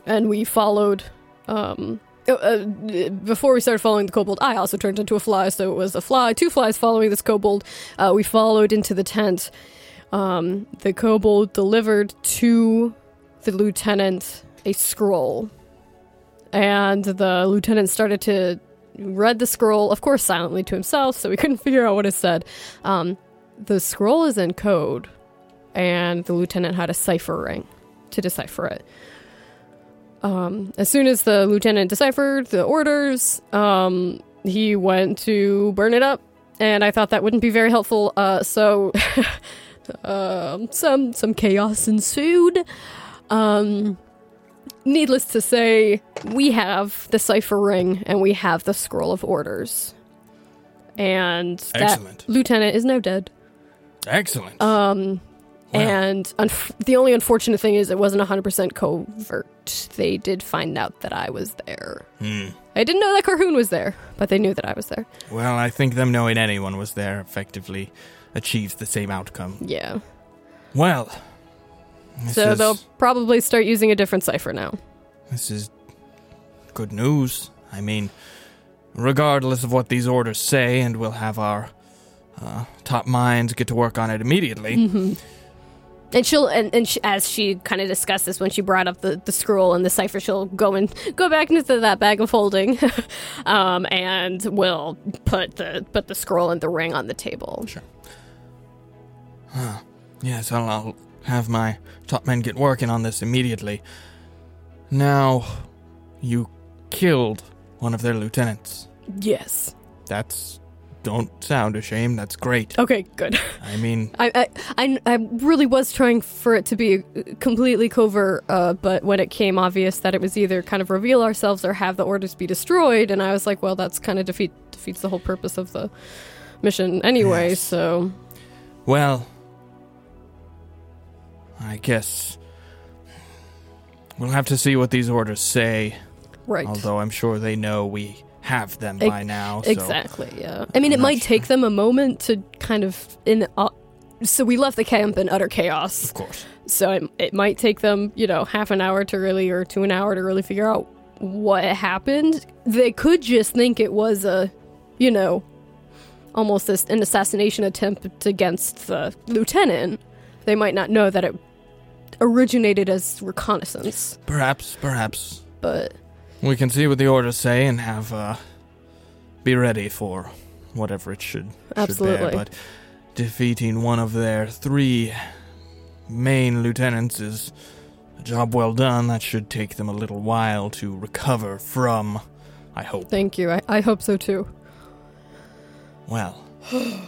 Speaker 2: and we followed. Um, uh, uh, before we started following the kobold, I also turned into a fly, so it was a fly, two flies following this kobold. Uh, we followed into the tent. Um, the kobold delivered to the lieutenant a scroll, and the lieutenant started to read the scroll, of course, silently to himself, so we couldn't figure out what it said. Um, the scroll is in code, and the lieutenant had a cipher ring to decipher it. Um, as soon as the lieutenant deciphered the orders, um, he went to burn it up, and I thought that wouldn't be very helpful. Uh, so, um, some some chaos ensued. Um, needless to say, we have the cipher ring and we have the scroll of orders, and that
Speaker 1: Excellent.
Speaker 2: lieutenant is now dead.
Speaker 1: Excellent.
Speaker 2: Um,
Speaker 1: Wow.
Speaker 2: And unf- the only unfortunate thing is it wasn't 100% covert. They did find out that I was there.
Speaker 1: Hmm.
Speaker 2: I didn't know that Carhoon was there, but they knew that I was there.
Speaker 1: Well, I think them knowing anyone was there effectively achieves the same outcome.
Speaker 2: Yeah.
Speaker 1: Well, this
Speaker 2: so
Speaker 1: is,
Speaker 2: they'll probably start using a different cipher now.
Speaker 1: this is good news. I mean, regardless of what these orders say, and we'll have our uh, top minds get to work on it immediately.
Speaker 2: Mm-hmm. And she'll, and, and she, as she kind of discussed this when she brought up the, the scroll and the cipher, she'll go and go back into that bag of holding, um, and will put the put the scroll and the ring on the table.
Speaker 1: Yes, I'll, I'll have my top men get working on this immediately. Now, you killed one of their lieutenants.
Speaker 2: Yes.
Speaker 1: That's. Don't sound ashamed. That's great.
Speaker 2: Okay. Good.
Speaker 1: I mean,
Speaker 2: I, I, I, I really was trying for it to be completely covert, uh, but when it came obvious that it was either kind of reveal ourselves or have the orders be destroyed, and I was like, well, that's kind of defeat defeats the whole purpose of the mission anyway.
Speaker 1: Yes.
Speaker 2: So
Speaker 1: well. I guess. We'll have to see what these orders say,
Speaker 2: right,
Speaker 1: although I'm sure they know we have them
Speaker 2: Ex-
Speaker 1: by now. So.
Speaker 2: exactly, yeah. I mean, it
Speaker 1: I'm not
Speaker 2: might take them a moment to kind of in. Uh, so we left the camp in utter chaos.
Speaker 1: Of course.
Speaker 2: So it, it might take them, you know, half an hour to really, or to an hour to really figure out what happened. They could just think it was a, you know, almost this, an assassination attempt against the lieutenant. They might not know that it originated as reconnaissance,
Speaker 1: Perhaps, perhaps.
Speaker 2: but
Speaker 1: We can see what the orders say and have uh, be ready for whatever it should. Should
Speaker 2: Absolutely.
Speaker 1: bear, but defeating one of their three main lieutenants is a job well done. That should take them a little while to recover from. I hope.
Speaker 2: thank you. I, I hope so too.
Speaker 1: Well. Oh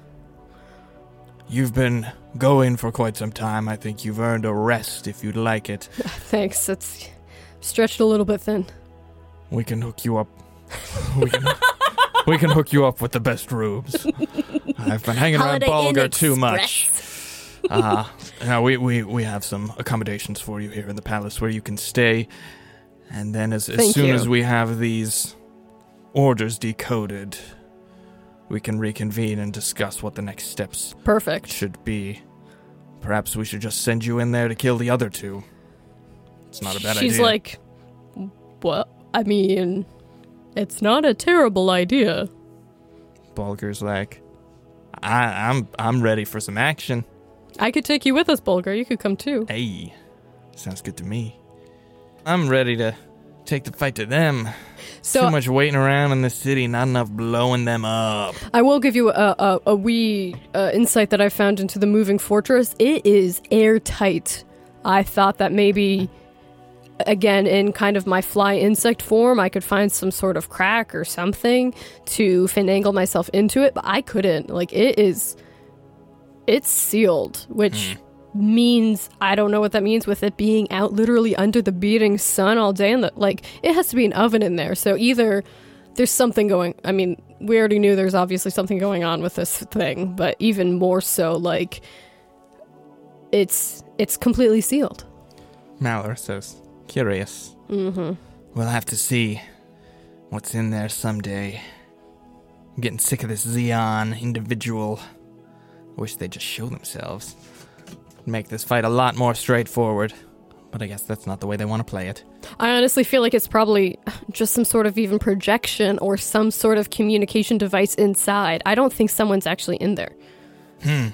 Speaker 1: man. You've been going for quite some time. I think you've earned a rest if you'd like it.
Speaker 2: Thanks. That's stretched a little bit thin.
Speaker 1: We can hook you up. We can, we can hook you up with the best rubes. I've been hanging
Speaker 2: Holiday
Speaker 1: around
Speaker 2: Inn
Speaker 1: Balger too much.
Speaker 2: Express.
Speaker 1: Uh, now we, we, we have some accommodations for you here in the palace where you can stay. And then as, as
Speaker 2: Thank
Speaker 1: soon
Speaker 2: you.
Speaker 1: as we have these orders decoded, we can reconvene and discuss what the next steps
Speaker 2: Perfect.
Speaker 1: should be. Perhaps we should just send you in there to kill the other two. It's not a bad idea.
Speaker 2: She's like, well, I mean, it's not a terrible idea.
Speaker 1: Bulger's like, I, I'm I'm ready for some action.
Speaker 2: I could take you with us, Bulger. You could come too.
Speaker 1: Hey, sounds good to me. I'm ready to take the fight to them.
Speaker 2: So
Speaker 1: Too much waiting around in the city, not enough blowing them up.
Speaker 2: I will give you a, a, a wee uh, insight that I found into the moving fortress. It is airtight. I thought that maybe, again, in kind of my fly insect form, I could find some sort of crack or something to finagle myself into it, but I couldn't. Like, it is. It's sealed, which means I don't know what that means with it being out literally under the beating sun all day. And the, like, it has to be an oven in there. So either there's something going i mean we already knew there's obviously something going on with this thing but even more so like it's it's completely sealed.
Speaker 1: Malor says, curious. Mm-hmm. We'll have to see what's in there someday. I'm getting sick of this Xeon individual. I wish they'd just show themselves. Make this fight a lot more straightforward. But I guess that's not the way they want to play it.
Speaker 2: I honestly feel like it's probably just some sort of even projection or some sort of communication device inside. I don't think someone's actually in there. Hmm.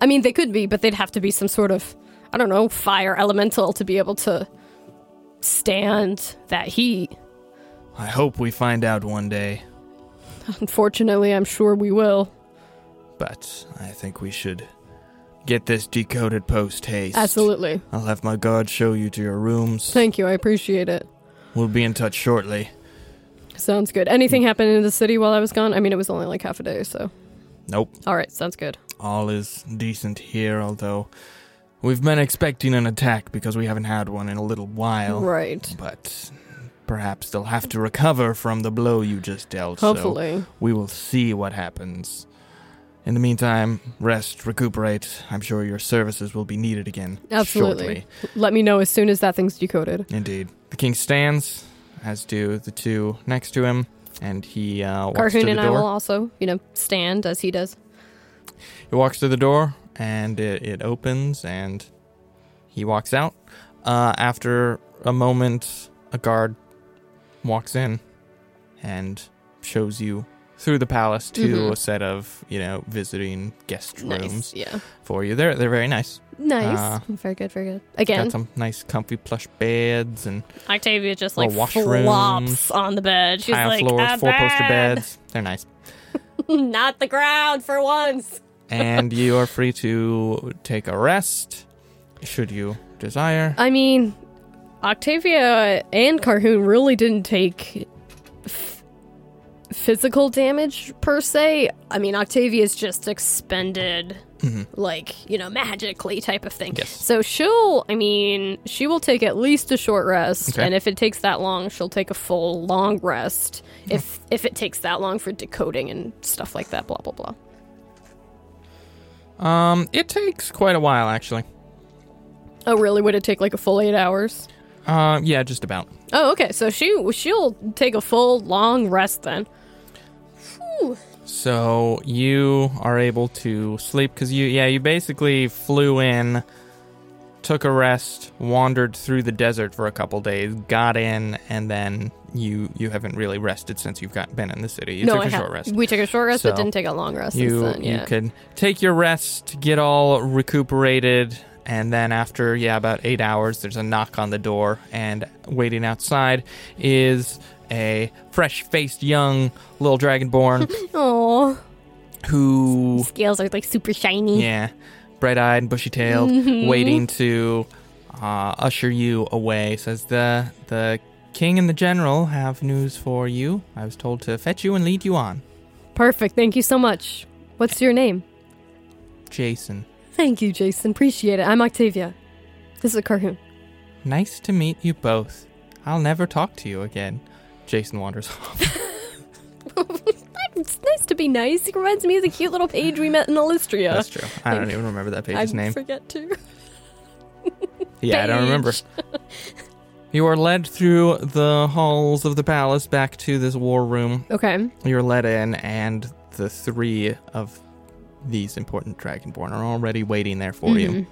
Speaker 2: I mean, they could be, but they'd have to be some sort of, I don't know, fire elemental to be able to stand that heat.
Speaker 1: I hope we find out one day.
Speaker 2: Unfortunately, I'm sure we will.
Speaker 1: But I think we should get this decoded post haste.
Speaker 2: Absolutely.
Speaker 1: I'll have my guard show you to your rooms.
Speaker 2: Thank you. I appreciate it.
Speaker 1: we'll be in touch shortly.
Speaker 2: Sounds good. Anything happened in the city while I was gone? I mean, it was only like half a day, so.
Speaker 1: Nope.
Speaker 2: All right, sounds good.
Speaker 1: all is decent here, although we've been expecting an attack because we haven't had one in a little while.
Speaker 2: Right.
Speaker 1: But perhaps they'll have to recover from the blow you just dealt. so
Speaker 2: Hopefully.
Speaker 1: we will see what happens. In the meantime, rest, recuperate. I'm sure your services will be needed again.
Speaker 2: Absolutely.
Speaker 1: Shortly.
Speaker 2: Let me know as soon as that thing's decoded.
Speaker 1: Indeed. The king stands, as do the two next to him, and he uh, walks to
Speaker 2: Carhoon
Speaker 1: the
Speaker 2: and I
Speaker 1: door.
Speaker 2: will also, you know, stand as he does.
Speaker 1: He walks to the door and it, it opens and he walks out. Uh, after a moment, a guard walks in and shows you through the palace to
Speaker 2: Mhm.
Speaker 1: a set of, you know, visiting guest rooms
Speaker 2: Nice. Yeah.
Speaker 1: for you. They're, they're very nice.
Speaker 2: Nice.
Speaker 1: Uh,
Speaker 2: very good, very good.
Speaker 1: Got
Speaker 2: Again,
Speaker 1: some nice comfy plush beds and
Speaker 2: Octavia just
Speaker 1: Little
Speaker 2: like
Speaker 1: washroom.
Speaker 2: flops on the bed. She's
Speaker 1: tile
Speaker 2: like,
Speaker 1: floors,
Speaker 2: "A
Speaker 1: four poster
Speaker 2: bed.
Speaker 1: beds. They're nice.
Speaker 2: Not the ground for once.
Speaker 1: and you are free to take a rest should you desire.
Speaker 2: I mean, Octavia and Carhoon really didn't take f- physical damage per se. I mean, Octavia's just expended, like, you know, magically type of thing.
Speaker 1: Mm-hmm. Yes.
Speaker 2: So she'll, I mean, she will take at least a short rest.
Speaker 1: Okay.
Speaker 2: And if it takes that long, she'll take a full long rest.
Speaker 1: Mm-hmm.
Speaker 2: If, if it takes that long for decoding and stuff like that, blah, blah, blah.
Speaker 1: Um, it takes quite a while actually.
Speaker 2: Oh, really? Would it take like a full eight hours?
Speaker 1: Uh, yeah, just about.
Speaker 2: Oh, okay. So she she'll take a full long rest then.
Speaker 1: So you are able to sleep because you, yeah, you basically flew in, took a rest, wandered through the desert for a couple days, got in, and then you you haven't really rested since you've got been in the city. You
Speaker 2: no,
Speaker 1: took
Speaker 2: I
Speaker 1: a
Speaker 2: ha-
Speaker 1: short rest.
Speaker 2: We took a short rest,
Speaker 1: So
Speaker 2: but didn't take a long rest.
Speaker 1: you
Speaker 2: since then, yeah.
Speaker 1: you could take your rest, get all recuperated, and then after yeah about eight hours, there's a knock on the door, and waiting outside is a fresh-faced young little dragonborn
Speaker 2: Aw,
Speaker 1: who
Speaker 2: scales are like super shiny. Mm-hmm.
Speaker 1: yeah bright eyed and bushy tailed waiting to uh, usher you away says the the king and the general have news for you i was told to fetch you and lead you on
Speaker 2: Perfect. Thank you so much. What's your name?
Speaker 1: jason
Speaker 2: Thank you, Jason. Appreciate it. I'm Octavia. This is a cartoon.
Speaker 1: nice to meet you both i'll never talk to you again jason wanders off
Speaker 2: It's nice to be nice. He reminds me of the cute little page we met in Illustria.
Speaker 1: that's true i don't even remember that
Speaker 2: I
Speaker 1: page's name
Speaker 2: forget to.
Speaker 1: Yeah, I don't remember.
Speaker 2: Page.
Speaker 1: You are led through the halls of the palace back to this war room
Speaker 2: Okay.
Speaker 1: You're let in, and the three of these important Dragonborn are already waiting there for
Speaker 2: Mm-hmm.
Speaker 1: you.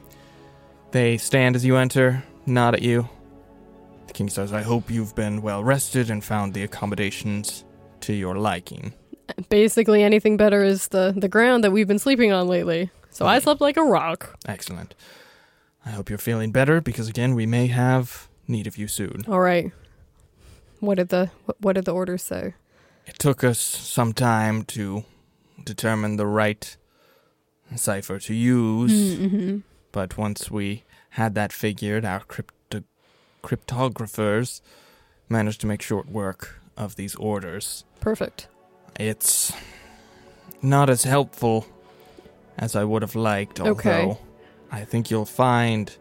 Speaker 1: They stand as you enter, nod at you. The king says, I hope you've been well rested and found the accommodations to your liking.
Speaker 2: Basically, anything better is the the ground that we've been sleeping on lately. So I slept like a rock.
Speaker 1: Excellent. I hope you're feeling better because, again, we may have need of you soon.
Speaker 2: All right. What did the what- what did the orders say?
Speaker 1: It took us some time to determine the right cipher to use.
Speaker 2: Mm-hmm.
Speaker 1: But once we had that figured, our crypto- cryptographers managed to make short work of these orders.
Speaker 2: Perfect.
Speaker 1: It's not as helpful as I would have liked, although
Speaker 2: Okay.
Speaker 1: I think you'll find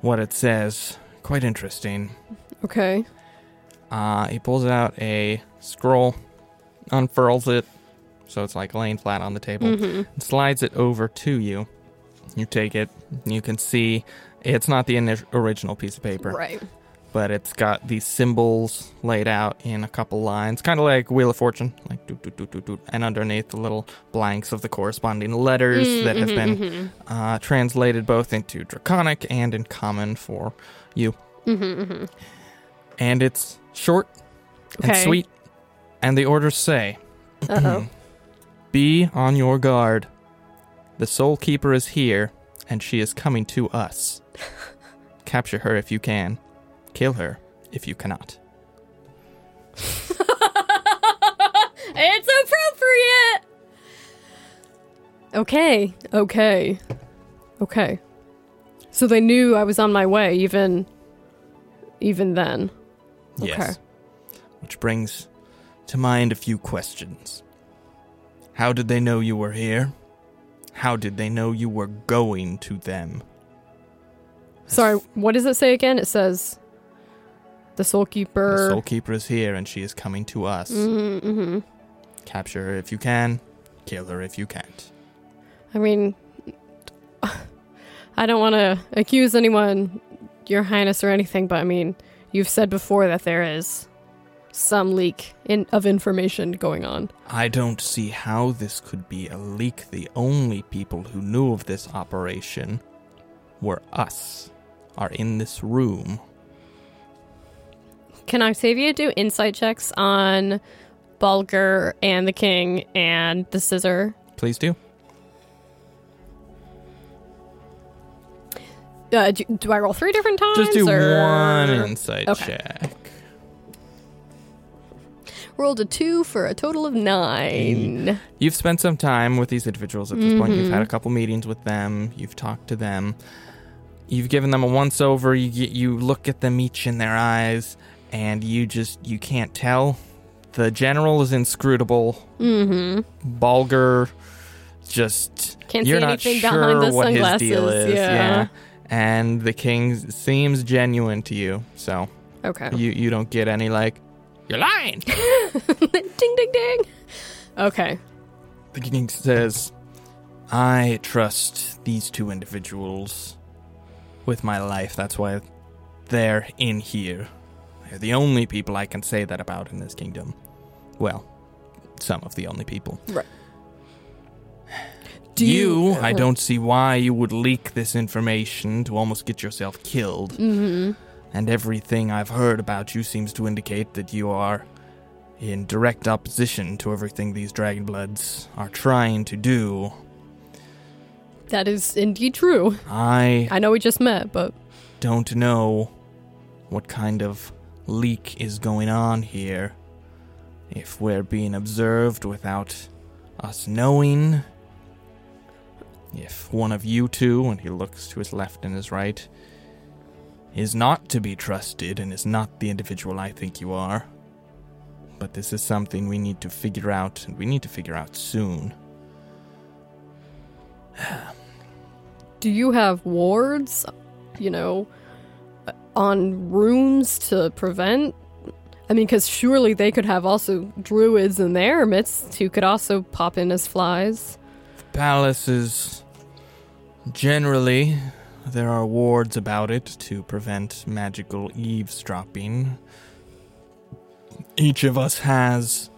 Speaker 1: what it says quite interesting.
Speaker 2: Okay.
Speaker 1: Uh, he pulls out a scroll, unfurls it, so it's like laying flat on the table,
Speaker 2: Mm-hmm.
Speaker 1: and slides it over to you. You take it. You can see it's not the ini original piece of paper,
Speaker 2: Right.
Speaker 1: but it's got these symbols laid out in a couple lines, kind of like Wheel of Fortune, like doot, doot, doot, doot, doot, and underneath the little blanks of the corresponding letters
Speaker 2: Mm,
Speaker 1: that
Speaker 2: mm-hmm,
Speaker 1: have been uh, translated both into Draconic and in Common for you.
Speaker 2: mm-hmm.
Speaker 1: And it's short and
Speaker 2: Okay.
Speaker 1: sweet, and the orders say.
Speaker 2: Uh oh.
Speaker 1: Mm. Be on your guard. The Soul Keeper is here, and she is coming to us. Capture her if you can. Kill her if you cannot.
Speaker 2: It's appropriate. Okay, okay, okay. So they knew I was on my way, even, even then.
Speaker 1: Yes. Which brings to mind a few questions. How did they know you were here? How did they know you were going to them?
Speaker 2: Sorry, what does it say again? It says the soul keeper.
Speaker 1: The Soul Keeper is here, and she is coming to us.
Speaker 2: mm-hmm.
Speaker 1: Capture her if you can. Kill her if you can't.
Speaker 2: I mean, I don't want to accuse anyone, Your Highness, or anything, but I mean, you've said before that there is some leak in, of information going on.
Speaker 1: I don't see how this could be a leak. The only people who knew of this operation were us, are in this room.
Speaker 2: Can Octavia do insight checks on Bulger and the King and the Scissor?
Speaker 1: Please do.
Speaker 2: Uh, do, do I roll three different times?
Speaker 1: Just do
Speaker 2: or-
Speaker 1: one insight
Speaker 2: Okay.
Speaker 1: check.
Speaker 2: Rolled a two for a total of nine.
Speaker 1: You've spent some time with these individuals at this point. You've had a couple meetings with them. You've talked to them. You've given them a once over. You get, you look at them each in their eyes, and you just you can't tell. The general is inscrutable.
Speaker 2: Mm-hmm.
Speaker 1: Bulger just
Speaker 2: Can't
Speaker 1: you're
Speaker 2: see
Speaker 1: not
Speaker 2: anything
Speaker 1: sure
Speaker 2: behind the
Speaker 1: what
Speaker 2: sunglasses.
Speaker 1: his deal is.
Speaker 2: yeah.
Speaker 1: And the king s- seems genuine to you, so
Speaker 2: Okay.
Speaker 1: you you don't get any like you're lying.
Speaker 2: ding ding ding. Okay.
Speaker 1: the king says, "I trust these two individuals with my life. That's why they're in here. They're the only people I can say that about in this kingdom. Well, some of the only people.
Speaker 2: Right. Do
Speaker 1: you,
Speaker 2: you-
Speaker 1: I don't see why you would leak this information to almost get yourself killed. Mm-hmm. And everything I've heard about you seems to indicate that you are in direct opposition to everything these Dragonbloods are trying to do.
Speaker 2: That is indeed true.
Speaker 1: I
Speaker 2: I know we just met, but
Speaker 1: don't know what kind of leak is going on here. If we're being observed without us knowing. If one of you two, and he looks to his left and his right, is not to be trusted and is not the individual I think you are. But this is something we need to figure out, and we need to figure out soon.
Speaker 2: do you have wards, you know, on rooms to prevent? I mean, because surely they could have also druids in their midst who could also pop in as flies.
Speaker 1: palaces generally there are wards about it to prevent magical eavesdropping each of us has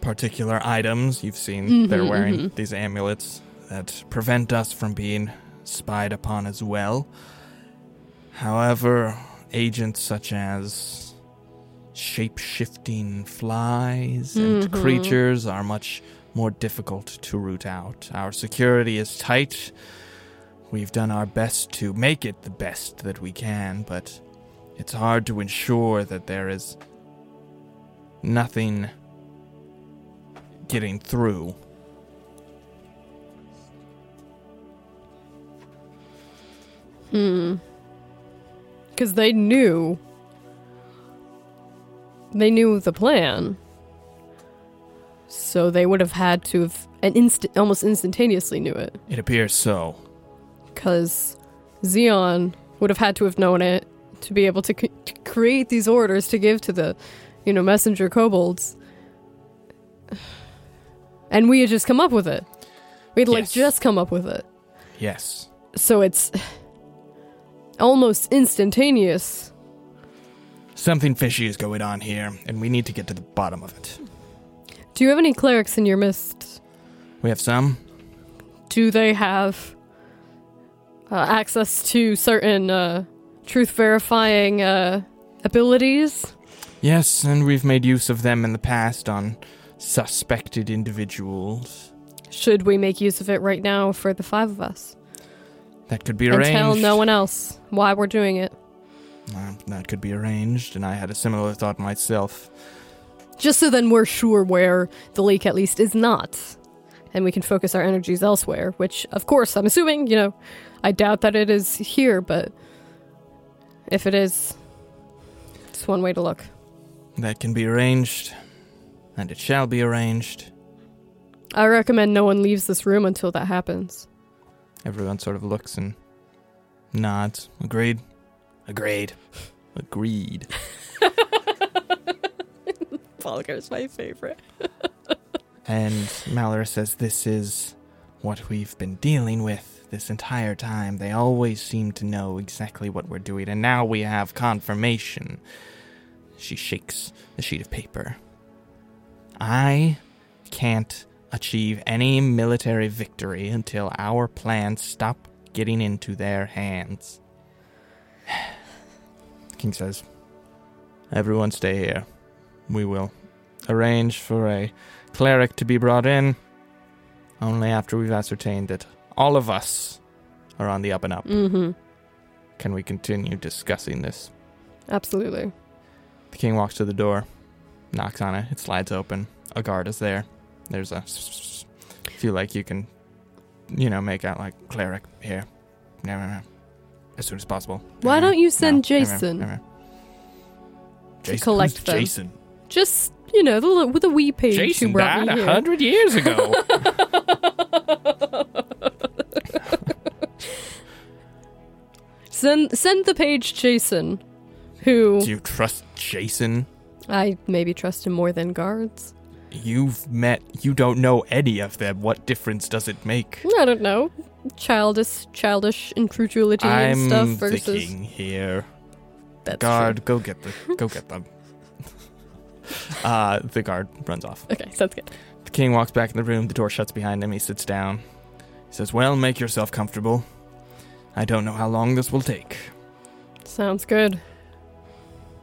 Speaker 1: particular items you've seen they're wearing these amulets that prevent us from being spied upon as well however agents such as shape-shifting flies and creatures are much more difficult to root out. Our security is tight. We've done our best to make it the best that we can, but it's hard to ensure that there is nothing getting through.
Speaker 2: Because they knew. They knew the plan. So they would have had to have an instant, almost instantaneously knew it.
Speaker 1: It appears so.
Speaker 2: because Xeon would have had to have known it to be able to, c- to create these orders to give to the, you know, messenger kobolds. And we had just come up with it. We'd like
Speaker 1: Yes.
Speaker 2: just come up with it.
Speaker 1: Yes.
Speaker 2: So it's almost instantaneous.
Speaker 1: Something fishy is going on here, and we need to get to the bottom of it.
Speaker 2: Do you have any clerics in your midst?
Speaker 1: We have some.
Speaker 2: Do they have uh, access to certain uh, truth verifying uh, abilities?
Speaker 1: Yes, and we've made use of them in the past on suspected individuals.
Speaker 2: Should we make use of it right now for the five of us?
Speaker 1: That could be
Speaker 2: And
Speaker 1: arranged.
Speaker 2: tell no one else why we're doing it.
Speaker 1: Uh, that could be arranged, and I had a similar thought myself.
Speaker 2: Just so then we're sure where the leak at least is not. And we can focus our energies elsewhere, which, of course, I'm assuming, you know, I doubt that it is here, but if it is, it's one way to look.
Speaker 1: That can be arranged, and it shall be arranged.
Speaker 2: I recommend no one leaves this room until that happens.
Speaker 1: Everyone sort of looks and nods. Agreed. Agreed. Agreed.
Speaker 2: Volgar is my favorite.
Speaker 1: And Mallory says, This is what we've been dealing with this entire time. They always seem to know exactly what we're doing, and now we have confirmation. She shakes the sheet of paper. I can't achieve any military victory until our plans stop getting into their hands. The king says, Everyone stay here. We will arrange for a cleric to be brought in only after we've ascertained that all of us are on the up and up.
Speaker 2: Mm-hmm.
Speaker 1: Can we continue discussing this?
Speaker 2: Absolutely.
Speaker 1: The king walks to the door, knocks on it, it slides open. A guard is there. There's a feel like you can, you know, make out like cleric here. No, no, no. As soon as possible.
Speaker 2: Why
Speaker 1: No, no,
Speaker 2: don't you send
Speaker 1: no, no, no,
Speaker 2: Jason
Speaker 1: no, no.
Speaker 2: to
Speaker 1: Jason,
Speaker 2: collect
Speaker 1: who's
Speaker 2: them?
Speaker 1: Jason.
Speaker 2: Just, you know, the, li- with a wee page
Speaker 1: Jason
Speaker 2: who brought
Speaker 1: died
Speaker 2: me
Speaker 1: a
Speaker 2: here.
Speaker 1: hundred years ago.
Speaker 2: Send, send the page Jason, who
Speaker 1: Do you trust Jason?
Speaker 2: I maybe trust him more than guards.
Speaker 1: You've met, you don't know any of them. What difference does it make?
Speaker 2: I don't know. Childish, childish incredulity and
Speaker 1: I'm
Speaker 2: stuff
Speaker 1: the
Speaker 2: versus
Speaker 1: king here.
Speaker 2: that's true.
Speaker 1: Guard, go get the, go get them. uh, the guard runs off.
Speaker 2: Okay, sounds good.
Speaker 1: The king walks back in the room. The door shuts behind him. He sits down. He says, "Well, make yourself comfortable. I don't know how long this will take."
Speaker 2: Sounds good.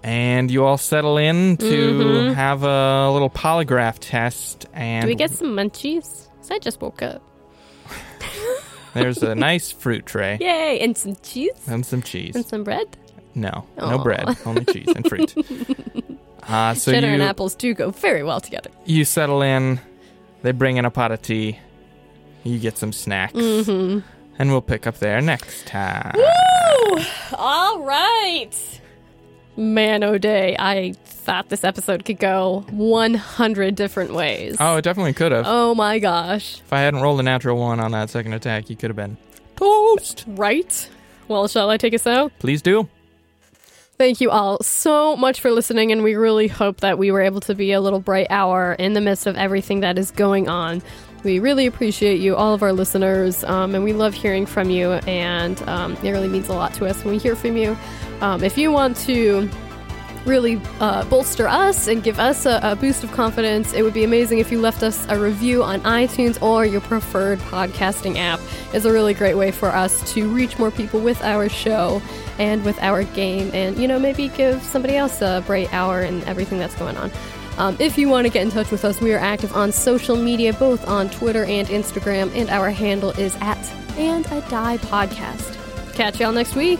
Speaker 1: And you all settle in to
Speaker 2: Mhm.
Speaker 1: have a little polygraph test. And
Speaker 2: Do we get some munchies? 'Cause I just woke up.
Speaker 1: there's a nice fruit tray
Speaker 2: Yay! And some cheese
Speaker 1: and some cheese.
Speaker 2: and some bread.
Speaker 1: No, no
Speaker 2: Aw.
Speaker 1: bread, only cheese and fruit. Uh, so
Speaker 2: Cheddar
Speaker 1: you
Speaker 2: and apples do go very well together.
Speaker 1: you settle in. They bring in a pot of tea. You get some snacks,
Speaker 2: Mm-hmm.
Speaker 1: and we'll pick up there next time.
Speaker 2: Woo! All right. Man, oh day! I thought this episode could go 100 different ways.
Speaker 1: Oh, it definitely could have.
Speaker 2: oh my gosh!
Speaker 1: If I hadn't rolled a natural one on that second attack, you could have been toast.
Speaker 2: Right? Well, shall I take us out?
Speaker 1: Please do.
Speaker 2: Thank you all so much for listening, and we really hope that we were able to be a little bright hour in the midst of everything that is going on. We really appreciate you, all of our listeners, um, and we love hearing from you, and um, it really means a lot to us when we hear from you. Um, if you want to really uh, bolster us and give us a, a boost of confidence, it would be amazing if you left us a review on iTunes or your preferred podcasting app. It's a really great way for us to reach more people with our show and with our game, and you know, maybe give somebody else a bright hour and everything that's going on. Um, if you want to get in touch with us, we are active on social media, both on Twitter and Instagram, and our handle is at and a die podcast. Catch y'all next week.